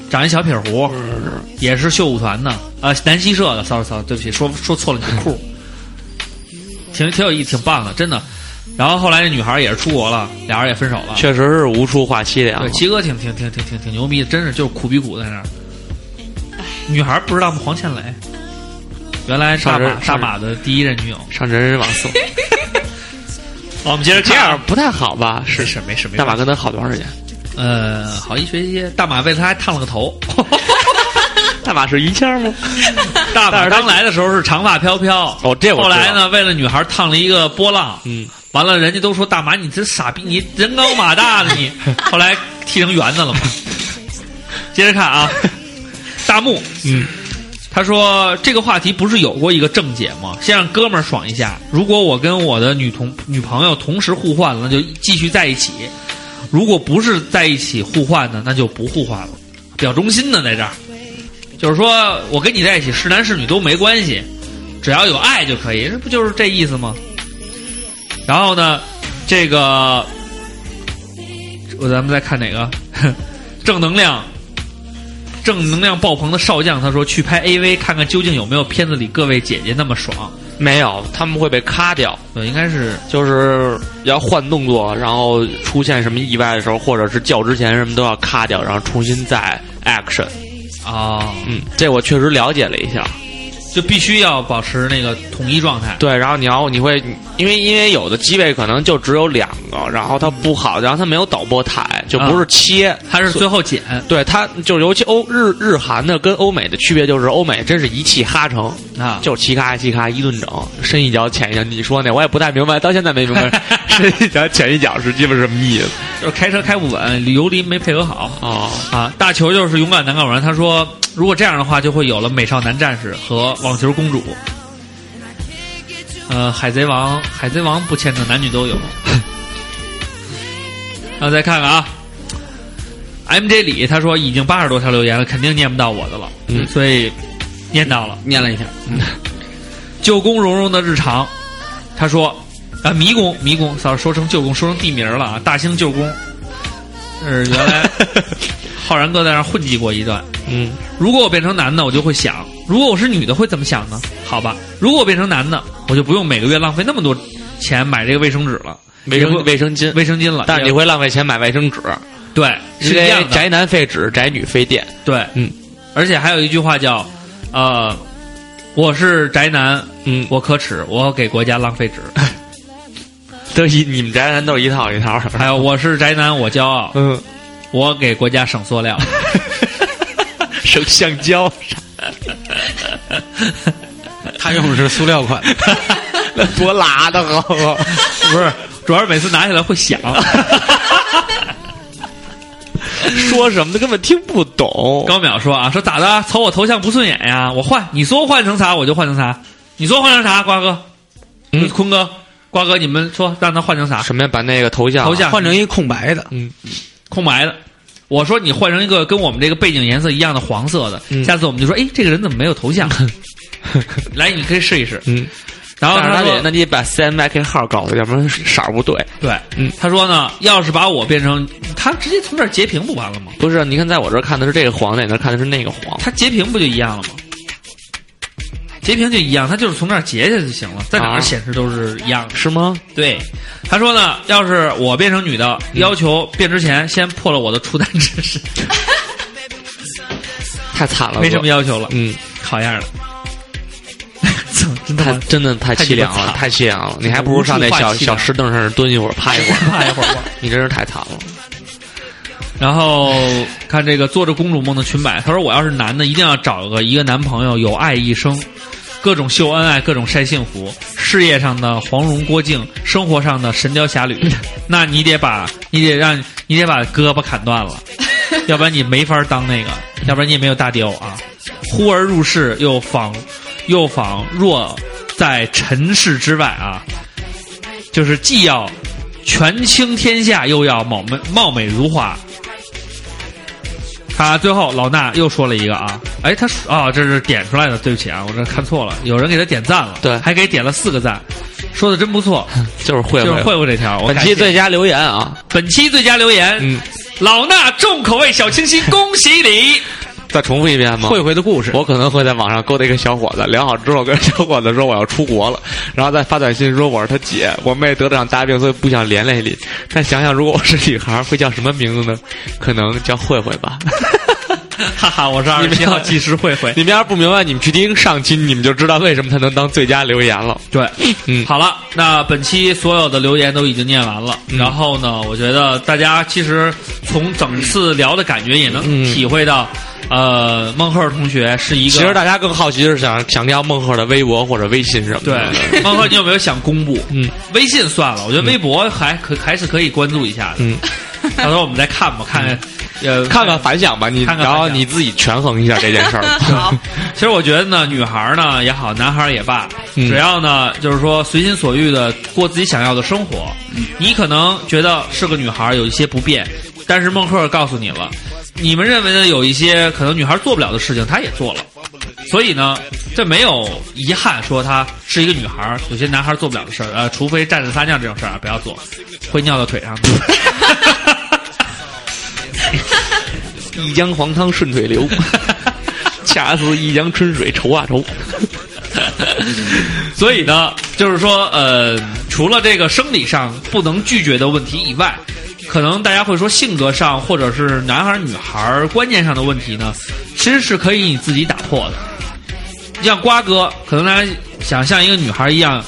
Speaker 4: 长一小撇胡，也是秀舞团的，呃，南希社的。sorry sorry，对不起，说说错了你的裤，挺挺有意思，挺棒的，真的。然后后来那女孩也是出国了，俩人也分手了。
Speaker 2: 确实是无处话凄凉啊
Speaker 4: 对，。齐哥挺挺挺挺挺挺牛逼的，真是就是苦逼苦在那儿。女孩不知道吗？黄倩蕾，原来大
Speaker 2: 上人
Speaker 4: 马大马的第一任女友。
Speaker 2: 上人人网 速，
Speaker 4: 好，我们接着
Speaker 2: 这
Speaker 4: 看啊
Speaker 2: 样不太好吧？是
Speaker 4: 没事没事没事
Speaker 2: 大马跟他好多长时间？
Speaker 4: 呃，好一学期，大马为他还烫了个头。
Speaker 2: 大马是于谦吗？
Speaker 4: 大马刚来的时候是长发飘飘，
Speaker 2: 哦这我知道
Speaker 4: 后来呢，为了女孩烫了一个波浪，
Speaker 2: 嗯，
Speaker 4: 完了人家都说大马你这傻逼，你人高马大的 你，后来剃成圆的了嘛。接着 看啊，大木，嗯，他说这个话题不是有过一个正解吗？先让哥们儿爽一下。如果我跟我的女同女朋友同时互换了，那就继续在一起；如果不是在一起互换呢，那就不互换了。比较中心的在这儿，就是说我跟你在一起是男是女都没关系，只要有爱就可以，这不就是这意思吗？然后呢，这个我咱们再看哪个 正能量。正能量爆棚的少将，他说去拍 AV 看看究竟有没有片子里各位姐姐那么爽。呃
Speaker 2: 没有，他们会被咔掉，
Speaker 4: 对，应该是
Speaker 2: 就是要换动作，然后出现什么意外的时候，或者是叫之前什么都要咔掉，然后重新再 action。
Speaker 4: 啊、
Speaker 2: 嗯，这我确实了解了一下。
Speaker 4: 就必须要保持那个统一状态。
Speaker 2: 对，然后你要你会，因为因为有的机位可能就只有两个，然后它不好，然后它没有导播台，就不是切，
Speaker 4: 他啊是
Speaker 2: 所
Speaker 4: 最后剪，
Speaker 2: 对它就是尤其欧日日韩的跟欧美的区别就是欧美真是一气哈成
Speaker 4: 啊
Speaker 2: 就是齐咔齐咔一顿整，深一脚浅一脚。你说那我也不太明白，到现在没明白 深一脚浅一脚是基本什么意思
Speaker 4: 就是开车开不稳，游离没配合好。
Speaker 2: 哦，
Speaker 4: 啊，大球就是勇敢男港人。他说，如果这样的话，就会有了美少男战士和网球公主。呃，海贼王，海贼王不牵扯男女都有。 然后再看看啊，MJ 李他说已经八十多条留言了，肯定念不到我的了，
Speaker 2: 嗯
Speaker 4: 所以念到了。
Speaker 5: 念了一下，
Speaker 4: 舅公蓉蓉的日常，他说，啊，迷宫迷宫，sorry，说成舅公，说成地名了啊，大兴舅公，是原来浩然哥在那儿混迹过一段。
Speaker 2: 嗯，
Speaker 4: 如果我变成男的，我就会想；如果我是女的，会怎么想呢？好吧，如果我变成男的，我就不用每个月浪费那么多钱买这个卫生纸了，
Speaker 2: 卫
Speaker 4: 也
Speaker 2: 生
Speaker 4: 不
Speaker 2: 卫生巾，
Speaker 4: 卫生巾了。
Speaker 2: 但是你
Speaker 4: 也
Speaker 2: 会浪费钱买卫生纸，
Speaker 4: 对是
Speaker 2: 因
Speaker 4: 一
Speaker 2: 为
Speaker 4: 样的，
Speaker 2: 宅男费纸，宅女费电。
Speaker 4: 对，
Speaker 2: 嗯，
Speaker 4: 而且还有一句话叫，呃，我是宅男，
Speaker 2: 嗯，
Speaker 4: 我可耻，我给国家浪费 纸。
Speaker 2: 都一你们宅男都是一套一套的。
Speaker 4: 还有我是宅男，我骄傲，
Speaker 2: 嗯，
Speaker 4: 我给国家 省塑料。
Speaker 2: 省橡胶，
Speaker 5: 他用的是塑料 款，
Speaker 2: 多拉的好不？
Speaker 4: 不是，主要是每次拿起来 会 响。
Speaker 2: 说什么的根本听不懂。
Speaker 4: 高淼说啊，说咋的？瞅我头像不顺眼呀？我换，你说换成啥我就换成啥，你说换成啥？瓜哥，嗯，坤哥，瓜哥，你们说让他换成啥？
Speaker 2: 什么呀？把那个头像
Speaker 4: 头像嗯
Speaker 5: 换成一空白的，
Speaker 4: 空白的。我说你换成一个跟我们这个背景颜色一样的黄色的，
Speaker 2: 嗯
Speaker 4: 下次我们就说，哎，这个人怎么没有头像？来，你可以试一试。
Speaker 2: 嗯，
Speaker 4: 然后
Speaker 2: 但是
Speaker 4: 他
Speaker 2: 他
Speaker 4: 说
Speaker 2: 得，那你把 CMYK 号告诉他，要不然色儿不对。
Speaker 4: 对，
Speaker 2: 嗯，
Speaker 4: 他说呢，要是把我变成他直接从这儿截屏不完了吗？
Speaker 2: 不是，你看在我这儿看的是这个黄，在你那儿看的是那个黄。
Speaker 4: 他截屏不就一样了吗？截屏就一样，他就是从那儿截下就行了，在哪
Speaker 2: 啊
Speaker 4: 儿显示都是一样的。
Speaker 2: 是吗？
Speaker 4: 对，他说呢，要是我变成女的，要求变之前先破了我的出单 指示，
Speaker 2: 太惨了，
Speaker 4: 没什么
Speaker 2: 我
Speaker 4: 要求了，
Speaker 2: 嗯，
Speaker 4: 好样的！操真他
Speaker 2: 太
Speaker 4: 妈
Speaker 2: 真的太
Speaker 4: 太
Speaker 2: 凄
Speaker 4: 鸡巴
Speaker 2: 凉了，
Speaker 4: 惨
Speaker 2: 太凄凉了。你还不如上那小
Speaker 4: 无处话凄
Speaker 2: 小
Speaker 4: 凉
Speaker 2: 石凳上蹲一会儿，趴一会儿，
Speaker 4: 怕一会儿吧。
Speaker 2: 你真是太惨了。
Speaker 4: 然后看这个做着公主梦的裙摆，他说我要是男的，一定要找个一个男朋友有爱一生，各种秀恩爱，各种晒幸福，事业上的黄蓉郭靖，生活上的神雕侠侣。 那你得把你得让你得把胳膊砍断了，要不然你没法当那个，要不然你也没有大雕啊。忽而入世，又仿又仿若在尘世之外啊，就是既要权倾天下，又要貌美貌美如花。他最后老衲又说了一个啊，哎，他说啊、这是点出来的，对不起啊，我这看错了，有人给他点赞了，
Speaker 2: 对
Speaker 4: 还给点了四个赞，说的真不 错，
Speaker 2: 就是会
Speaker 4: 就是
Speaker 2: 会。
Speaker 4: 会会这条，我
Speaker 2: 本
Speaker 4: 感
Speaker 2: 期
Speaker 4: 谢
Speaker 2: 最佳留言啊，
Speaker 4: 本期最佳留言，
Speaker 2: 嗯，
Speaker 4: 老衲重口味小清新，恭喜 你！哦
Speaker 2: 再重复一遍吗？
Speaker 5: 慧慧的故事，
Speaker 2: 我可能会在网上勾搭一个小伙子，聊好之后跟小伙子说我要出国了，然后再发短信说我是他姐，我妹得了场大病，所以不想连累你。但想想如果我是女孩，会叫什么名字呢？可能叫慧慧吧。
Speaker 4: 哈哈，我是二十七号技师慧慧。
Speaker 2: 你们要是不明白，你们去听上期，你们就知道为什么他能当最佳留言了。
Speaker 4: 对，
Speaker 2: 嗯
Speaker 4: 好了，那本期所有的留言都已经念完了。
Speaker 2: 嗯
Speaker 4: 然后呢，我觉得大家其实从整次聊的感觉也能
Speaker 2: 嗯
Speaker 4: 体会到，呃，孟鹤同学是一个
Speaker 2: 其实大家更好奇是想想要孟鹤的微博或者微信什么的。
Speaker 4: 对孟鹤，你有没有想公布？
Speaker 2: 嗯，
Speaker 4: 微信算了，我觉得微博还可还是可以关注一下的。
Speaker 2: 嗯，
Speaker 4: 到时候我们再看吧，看呃
Speaker 2: 看看反响吧，你
Speaker 4: 看看反
Speaker 2: 然
Speaker 4: 响
Speaker 2: 后你自己权衡一下这件 事儿。
Speaker 6: 好，
Speaker 4: 其实我觉得呢，女孩儿呢也好，男孩儿也罢，
Speaker 2: 嗯
Speaker 4: 只要呢就是说随心所欲的过自己想要的生活。你可能觉得是个女孩儿有一些不便，但是孟鹤告诉你了，你们认为的有一些可能女孩儿做不了的事情，她也做了。所以呢，这没有遗憾，说她是一个女孩儿，有些男孩儿做不了的事儿，呃，除非站着撒尿这种事儿啊，不要做，会尿到腿上的。
Speaker 2: 一江黄汤顺水流，恰似一江春水愁啊愁。
Speaker 4: 所以呢，就是说，呃，除了这个生理上不能拒绝的问题以外，可能大家会说性格上或者是男孩儿女孩儿观念上的问题呢，其实是可以你自己打破的。像瓜哥，可能大家想像一个女孩儿一样，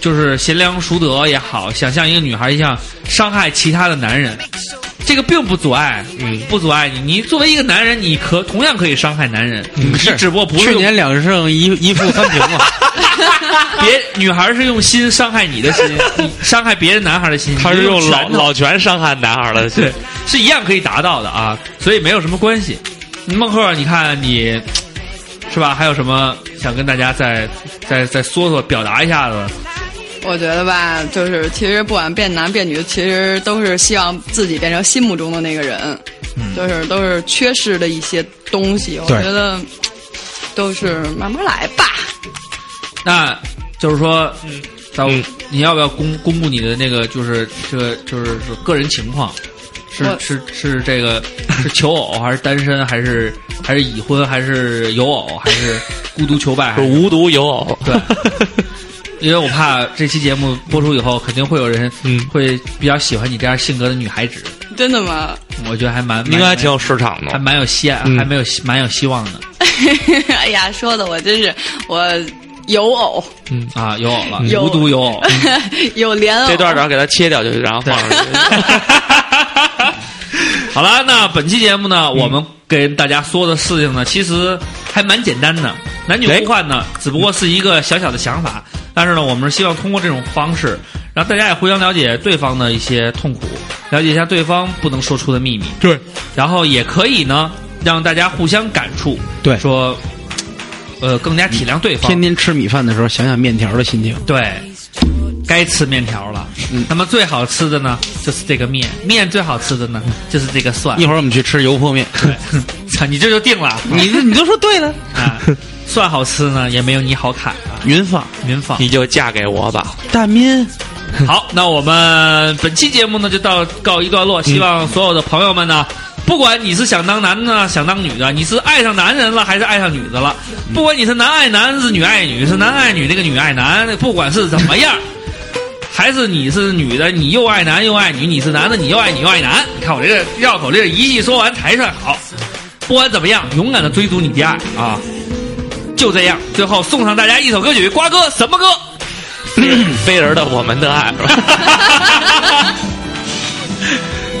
Speaker 4: 就是贤良淑德也好，想像一个女孩儿一样伤害其他的男人，这个并不阻碍，
Speaker 2: 嗯
Speaker 4: 不阻碍你。你作为一个男人，你可同样可以伤害男人，你
Speaker 5: 是
Speaker 4: 只不过不嗯是
Speaker 5: 去
Speaker 4: 用
Speaker 5: 年两胜一一负三平 嘛，
Speaker 4: 别女孩是用心伤害你的心，你伤害别的男孩的心，
Speaker 2: 他
Speaker 4: 你
Speaker 2: 是用
Speaker 4: 拳
Speaker 2: 老
Speaker 4: 头
Speaker 2: 老拳伤害男孩的心
Speaker 4: 对，是一样可以达到的啊，所以没有什么关系。孟鹤，你看你是吧？还有什么想跟大家再再再说说表达一下子？
Speaker 6: 我觉得吧，就是其实不管变男变女，其实都是希望自己变成心目中的那个人，就是都是缺失的一些东西。我
Speaker 5: 对
Speaker 6: 觉得都是慢慢来吧。
Speaker 4: 那就是说，咱
Speaker 2: 嗯
Speaker 4: 你要不要公公布你的那个就是这个就是说个人情况？是
Speaker 6: 我
Speaker 4: 是是这个是求偶还是单身还是还是已婚还是有偶还是孤独求败？
Speaker 2: 是
Speaker 4: 还是
Speaker 2: 无独有偶。
Speaker 4: 对， 因为我怕这期节目播出以后，肯定会有人
Speaker 2: 嗯
Speaker 4: 会比较喜欢你这样性格的女孩子，
Speaker 6: 真的吗？
Speaker 4: 我觉得还蛮
Speaker 2: 应该挺
Speaker 4: 蛮
Speaker 2: 有市场
Speaker 4: 还
Speaker 2: 的。
Speaker 4: 蛮有希
Speaker 2: 嗯
Speaker 4: 还没有希蛮有希望的
Speaker 6: 哎呀，说的我真是我有偶，
Speaker 4: 啊，有偶了，
Speaker 6: 有
Speaker 4: 无独有偶，
Speaker 6: 有莲偶。
Speaker 2: 这段然后给它切掉就，然后放上去。
Speaker 4: 好了，那本期节目
Speaker 5: 嗯
Speaker 4: 呢，我们跟大家说的事情呢，其实还蛮简单的，男女互换呢，
Speaker 5: 哎
Speaker 4: 只不过是一个小小的想法。但是呢，我们是希望通过这种方式，让大家也互相了解对方的一些痛苦，了解一下对方不能说出的秘密。
Speaker 5: 对，
Speaker 4: 然后也可以呢，让大家互相感触。
Speaker 5: 对
Speaker 4: 说，呃，更加体谅对方。
Speaker 5: 天天吃米饭的时候想想面条的心情。
Speaker 4: 对，该吃面条了。
Speaker 5: 嗯
Speaker 4: 那么最好吃的呢，就是这个面；面最好吃的呢，就是这个蒜
Speaker 5: 一。会儿我们去吃油 泼面，
Speaker 4: 操，你这就定了。
Speaker 5: 你这你都说对了，
Speaker 4: 啊，蒜好吃呢，也没有你好砍啊。
Speaker 5: 云发
Speaker 4: 您放。
Speaker 2: 你就嫁给我吧。
Speaker 5: 大民，
Speaker 4: 好，那我们本期节目呢就到告一段落。希望所有的朋友们呢，不管你是想当男的，想当女的，你是爱上男人了还是爱上女的了，不管你是男爱男是女爱女，是男爱女那个女爱男，不管是怎么样，还是你是女的，你又爱男又爱女，你是男的你又爱女又爱男。你看我这个绕口令一气说完才算好。不管怎么样，勇敢的追逐你的爱啊！就这样，最后送上大家一首歌曲，瓜哥什么歌？
Speaker 2: 飞人的我们的爱。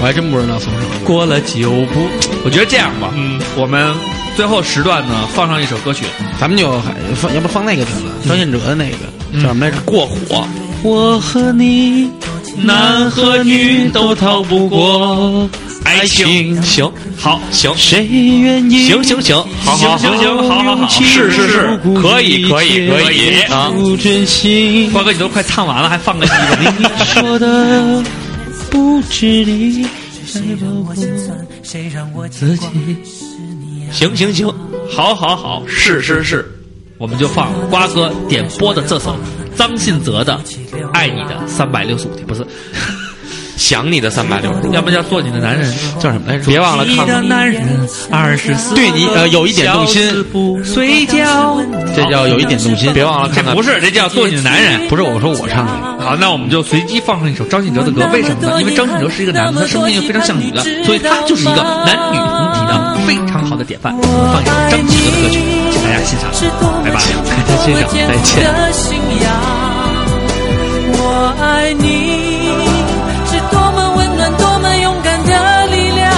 Speaker 5: 我还真不知道送什么。
Speaker 4: 过了九步，我觉得这样吧，嗯，我们最后时段呢放上一首歌曲，
Speaker 5: 咱们就还放，要不放那个得了，张信哲的那个叫什么来着？
Speaker 2: 过火，
Speaker 5: 我和你，
Speaker 4: 男和女都逃不过爱情。
Speaker 2: 行
Speaker 4: 好，
Speaker 2: 行
Speaker 5: 谁愿意
Speaker 2: 行行行，好好
Speaker 4: 行行行，好好好，
Speaker 2: 是是是，可以可以可以啊！
Speaker 5: 不真心，
Speaker 4: 瓜哥你都快唱完了，还放个鸡巴？
Speaker 5: 你说的不止你。
Speaker 7: 谁惹我心酸？谁让我自己？
Speaker 2: 行行行，
Speaker 4: 好好好，
Speaker 2: 是是是，
Speaker 4: 我们就放瓜哥点播的这首张信哲的《爱你的三百六十五天》，不是，
Speaker 2: 想你的三百六十
Speaker 4: 要不叫做你的男人。
Speaker 5: 叫什么来着？
Speaker 2: 别忘了
Speaker 4: 哎你的
Speaker 2: 看
Speaker 4: 男人二十四，
Speaker 5: 对你呃有一点动心，
Speaker 4: 睡觉。
Speaker 5: 这叫有一点动心。
Speaker 2: 别忘了看看
Speaker 4: 不是，这叫做你的男人。
Speaker 5: 不是我说我唱的，
Speaker 4: 好，那我们就随机放上一首张信哲的歌，为什么呢？因为张信哲是一个男的，他声音又非常像女的，所以他就是一个男女同体的非常好的典范。放一首张信哲的歌曲，请大家欣赏，拜拜，大家欣赏，再见。
Speaker 7: 我爱你，是多么温暖，多么勇敢的力量。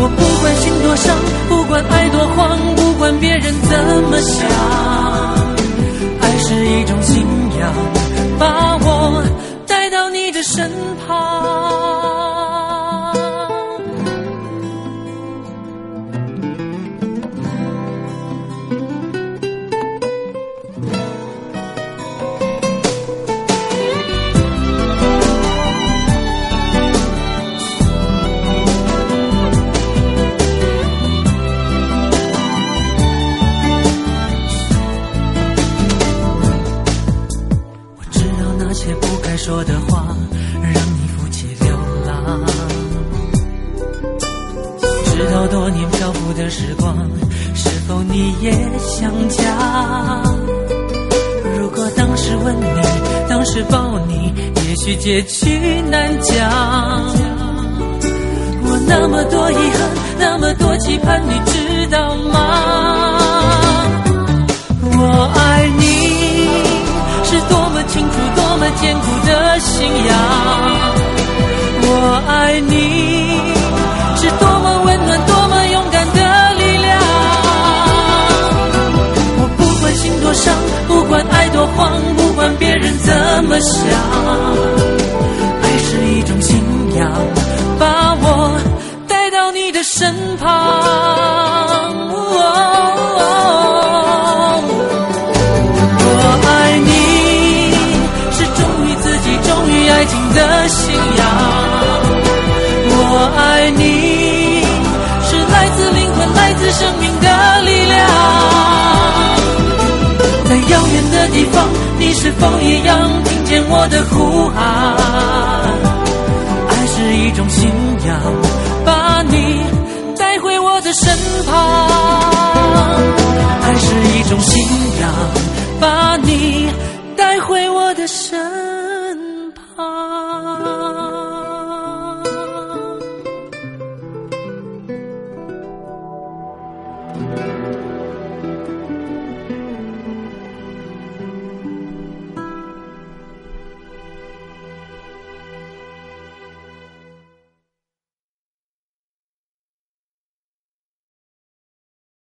Speaker 7: 我不管心多伤，不管爱多慌，不管别人怎么想，爱是一种信仰，把我带到你的身旁。我知道那些不该说的话，让你负气流浪。知道多年漂浮的时光，是否你也想家？如果当时吻你，当时抱你，也许结局难讲。我那么多遗憾，那么多期盼，你知道吗？我爱你，是多么清楚、多么坚固的信仰。我爱你，是多么温暖、多么勇敢的力量。我不管心多伤，不管爱多慌，不管别人怎么想，爱是一种信仰，把我带到你的身旁。哦我爱你，是忠于自己、忠于爱情的信仰。我爱你，是来自灵魂、来自生命的力量。在遥远的地方，你是否一样听见我的呼喊？爱是一种信仰，把你带回我的身旁。爱是一种信仰，把你带回我的身。